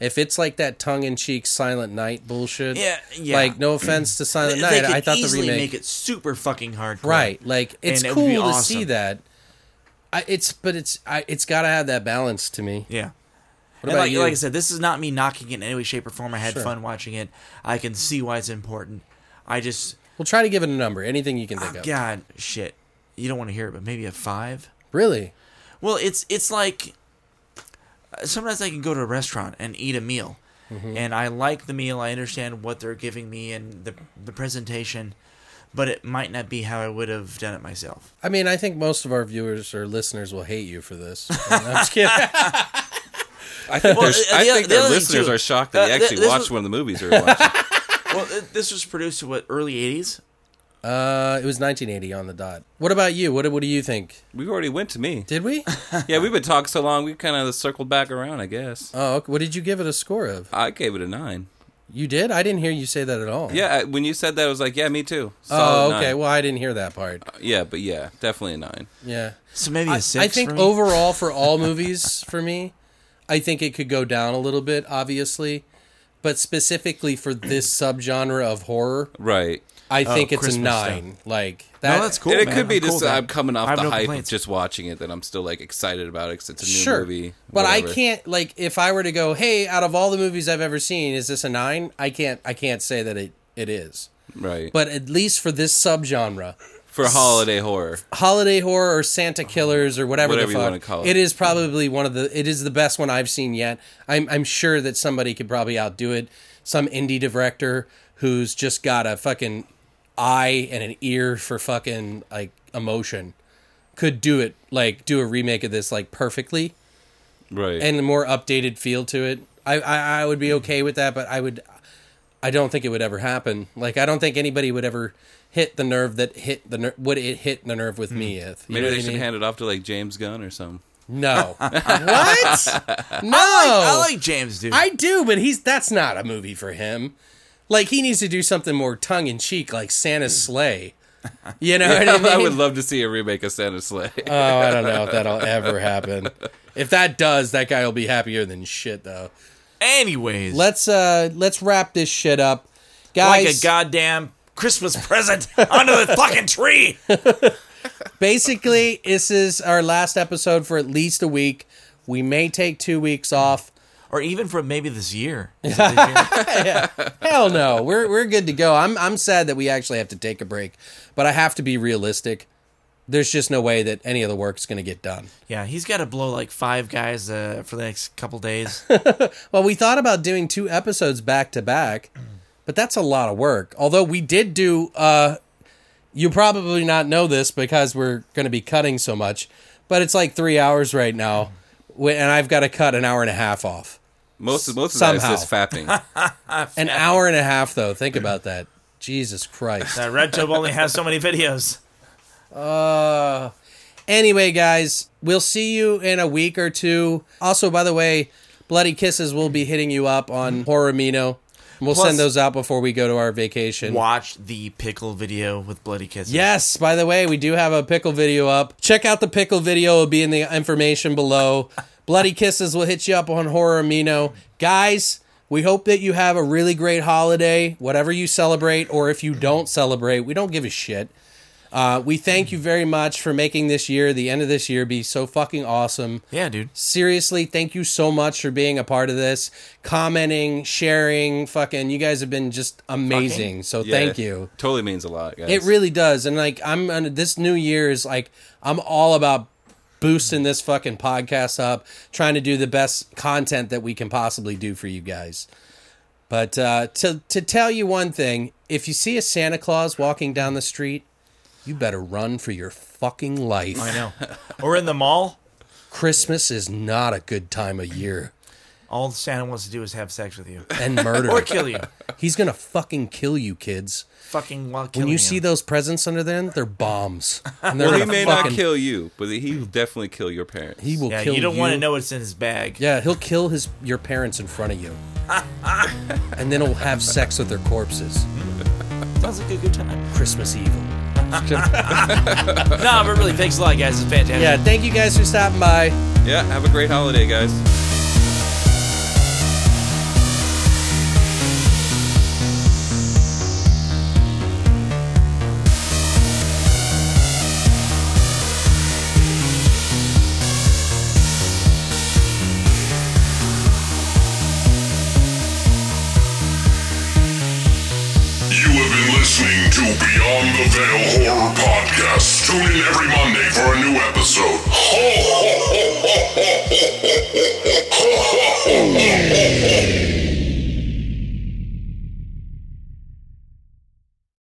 If it's like that tongue in cheek Silent Night bullshit. Yeah, yeah. Like no offense to Silent they Night, could I thought the easily remake make it super fucking hardcore. Right. Like it's it would cool be to see awesome. that. I, it's but it's I, it's got to have that balance to me. Yeah. What And about like, you? like I said, this is not me knocking it in any way, shape, or form. I had fun watching it. I can see why it's important. I just, We'll try to give it a number. Anything you can think of. God, shit. You don't want to hear it, but maybe a five. Really? Well, it's it's like uh, sometimes I can go to a restaurant and eat a meal, Mm-hmm. and I like the meal. I understand what they're giving me and the the presentation, but it might not be how I would have done it myself. I mean, I think most of our viewers or listeners will hate you for this. I'm just kidding. I think, Well, there's- uh, I the- think the their other thing, listeners too, are shocked uh, that they th- actually this watched was- one of the movies they were watching. well, th- this was produced what early '80s. Uh, it was 1980 on the dot. What about you? What do- What do you think? we already went to me. Did we? Yeah, we've been talking so long, we kind of circled back around, I guess. Oh, okay. what did you give it a score of? I gave it a nine. You did? I didn't hear you say that at all. Yeah, I- when you said that, I was like, yeah, me too. Solid Oh, okay. nine. Well, I didn't hear that part. Yeah, but yeah, definitely a nine. Yeah. So maybe a I, six. I think for me? overall for all movies for me, I think it could go down a little bit, obviously, but specifically for this subgenre of horror, Right. I think it's Oh, Christmas a stuff. nine. Like that, Oh, that's cool. and it man. could be I'm cool just with that. I'm coming off I have the no hype complaints. of just watching it that I'm still like excited about it because it's a new sure movie. but i whatever. can't like if i were to go hey out of all the movies i've ever seen is this a nine i can't i can't say that it it is Right. But but at least for this subgenre for holiday horror, holiday horror or santa killers or whatever, Whatever the you fuck wanna call it. it is probably one of the it is the best one i've seen yet i'm i'm sure that somebody could probably outdo it some indie director who's just got a fucking eye and an ear for fucking like emotion could do it like do a remake of this like perfectly right? and a more updated feel to it. I, I I would Mm. be okay with that, but I would I don't think it would ever happen. Like I don't think anybody would ever hit the nerve that hit the ner- would it hit the nerve with me if you Hmm. maybe know they what I should mean? hand it off to like James Gunn or something. no what no I like James, dude. Oh. I do, but he's that's not a movie for him. Like he needs to do something more tongue in cheek, like Santa's sleigh. You know what I mean? Hmm. I would love to see a remake of Santa Sleigh. Oh, I don't know if that'll ever happen. If that does, that guy will be happier than shit, though. Anyways, let's uh let's wrap this shit up like guys a goddamn Christmas present under the fucking tree. basically this is our last episode for at least a week we may take two weeks off or even from maybe this year. Is it this year? hell no we're, we're good to go I'm, I'm sad that we actually have to take a break but i have to be realistic there's just no way that any of the work's going to get done yeah, he's got to blow like five guys uh, for the next couple days. well we thought about doing two episodes back to back but that's a lot of work although we did do uh you probably not know this because we're going to be cutting so much but it's like three hours right now wh- and i've got to cut an hour and a half off Most most of that is Somehow. just fapping. An hour and a half, though. Think about that. Jesus Christ. that Red Tube only has so many videos. Uh, anyway, guys, we'll see you in a week or two. Also, by the way, Bloody Kisses will be hitting you up on Horrormino. We'll Plus- send those out before we go to our vacation. Watch the pickle video with bloody kisses. Yes, by the way, we do have a pickle video up. Check out the pickle video, it'll be in the information below. Bloody Kisses will hit you up on Horror Amino. Guys, we hope that you have a really great holiday, whatever you celebrate, or if you don't celebrate, we don't give a shit. Uh, we thank you very much for making this year, the end of this year, be so fucking awesome Yeah, dude. seriously, thank you so much for being a part of this, commenting, sharing, fucking. You guys have been just amazing. So Yeah, thank you. Totally means a lot, guys. It really does. And like I'm on this new year is like I'm all about boosting this fucking podcast up, trying to do the best content that we can possibly do for you guys. But uh to to tell you one thing, if you see a Santa Claus walking down the street, you better run for your fucking life. I know. Or in the mall. Christmas is not a good time of year. All Santa wants to do is have sex with you and murder. or kill you. He's gonna fucking kill you, kids. Fucking while killing When you see him. those presents under them, they're bombs. And they're Well, he gonna may fucking, not kill you, but he will definitely kill your parents. He will yeah, kill you don't want to know what's in his bag. Yeah, he'll kill his your parents in front of you, and then he'll have sex with their corpses. Sounds like a good time. Christmas evil. no, but really, thanks a lot, guys. It's fantastic. Yeah, thank you guys for stopping by. Yeah, have a great holiday, guys. You have been listening to Beyond the Veil Horror Podcast. Tune in every Monday for a new episode. Ho, ho, ho, ho, ho, ho, ho, ho.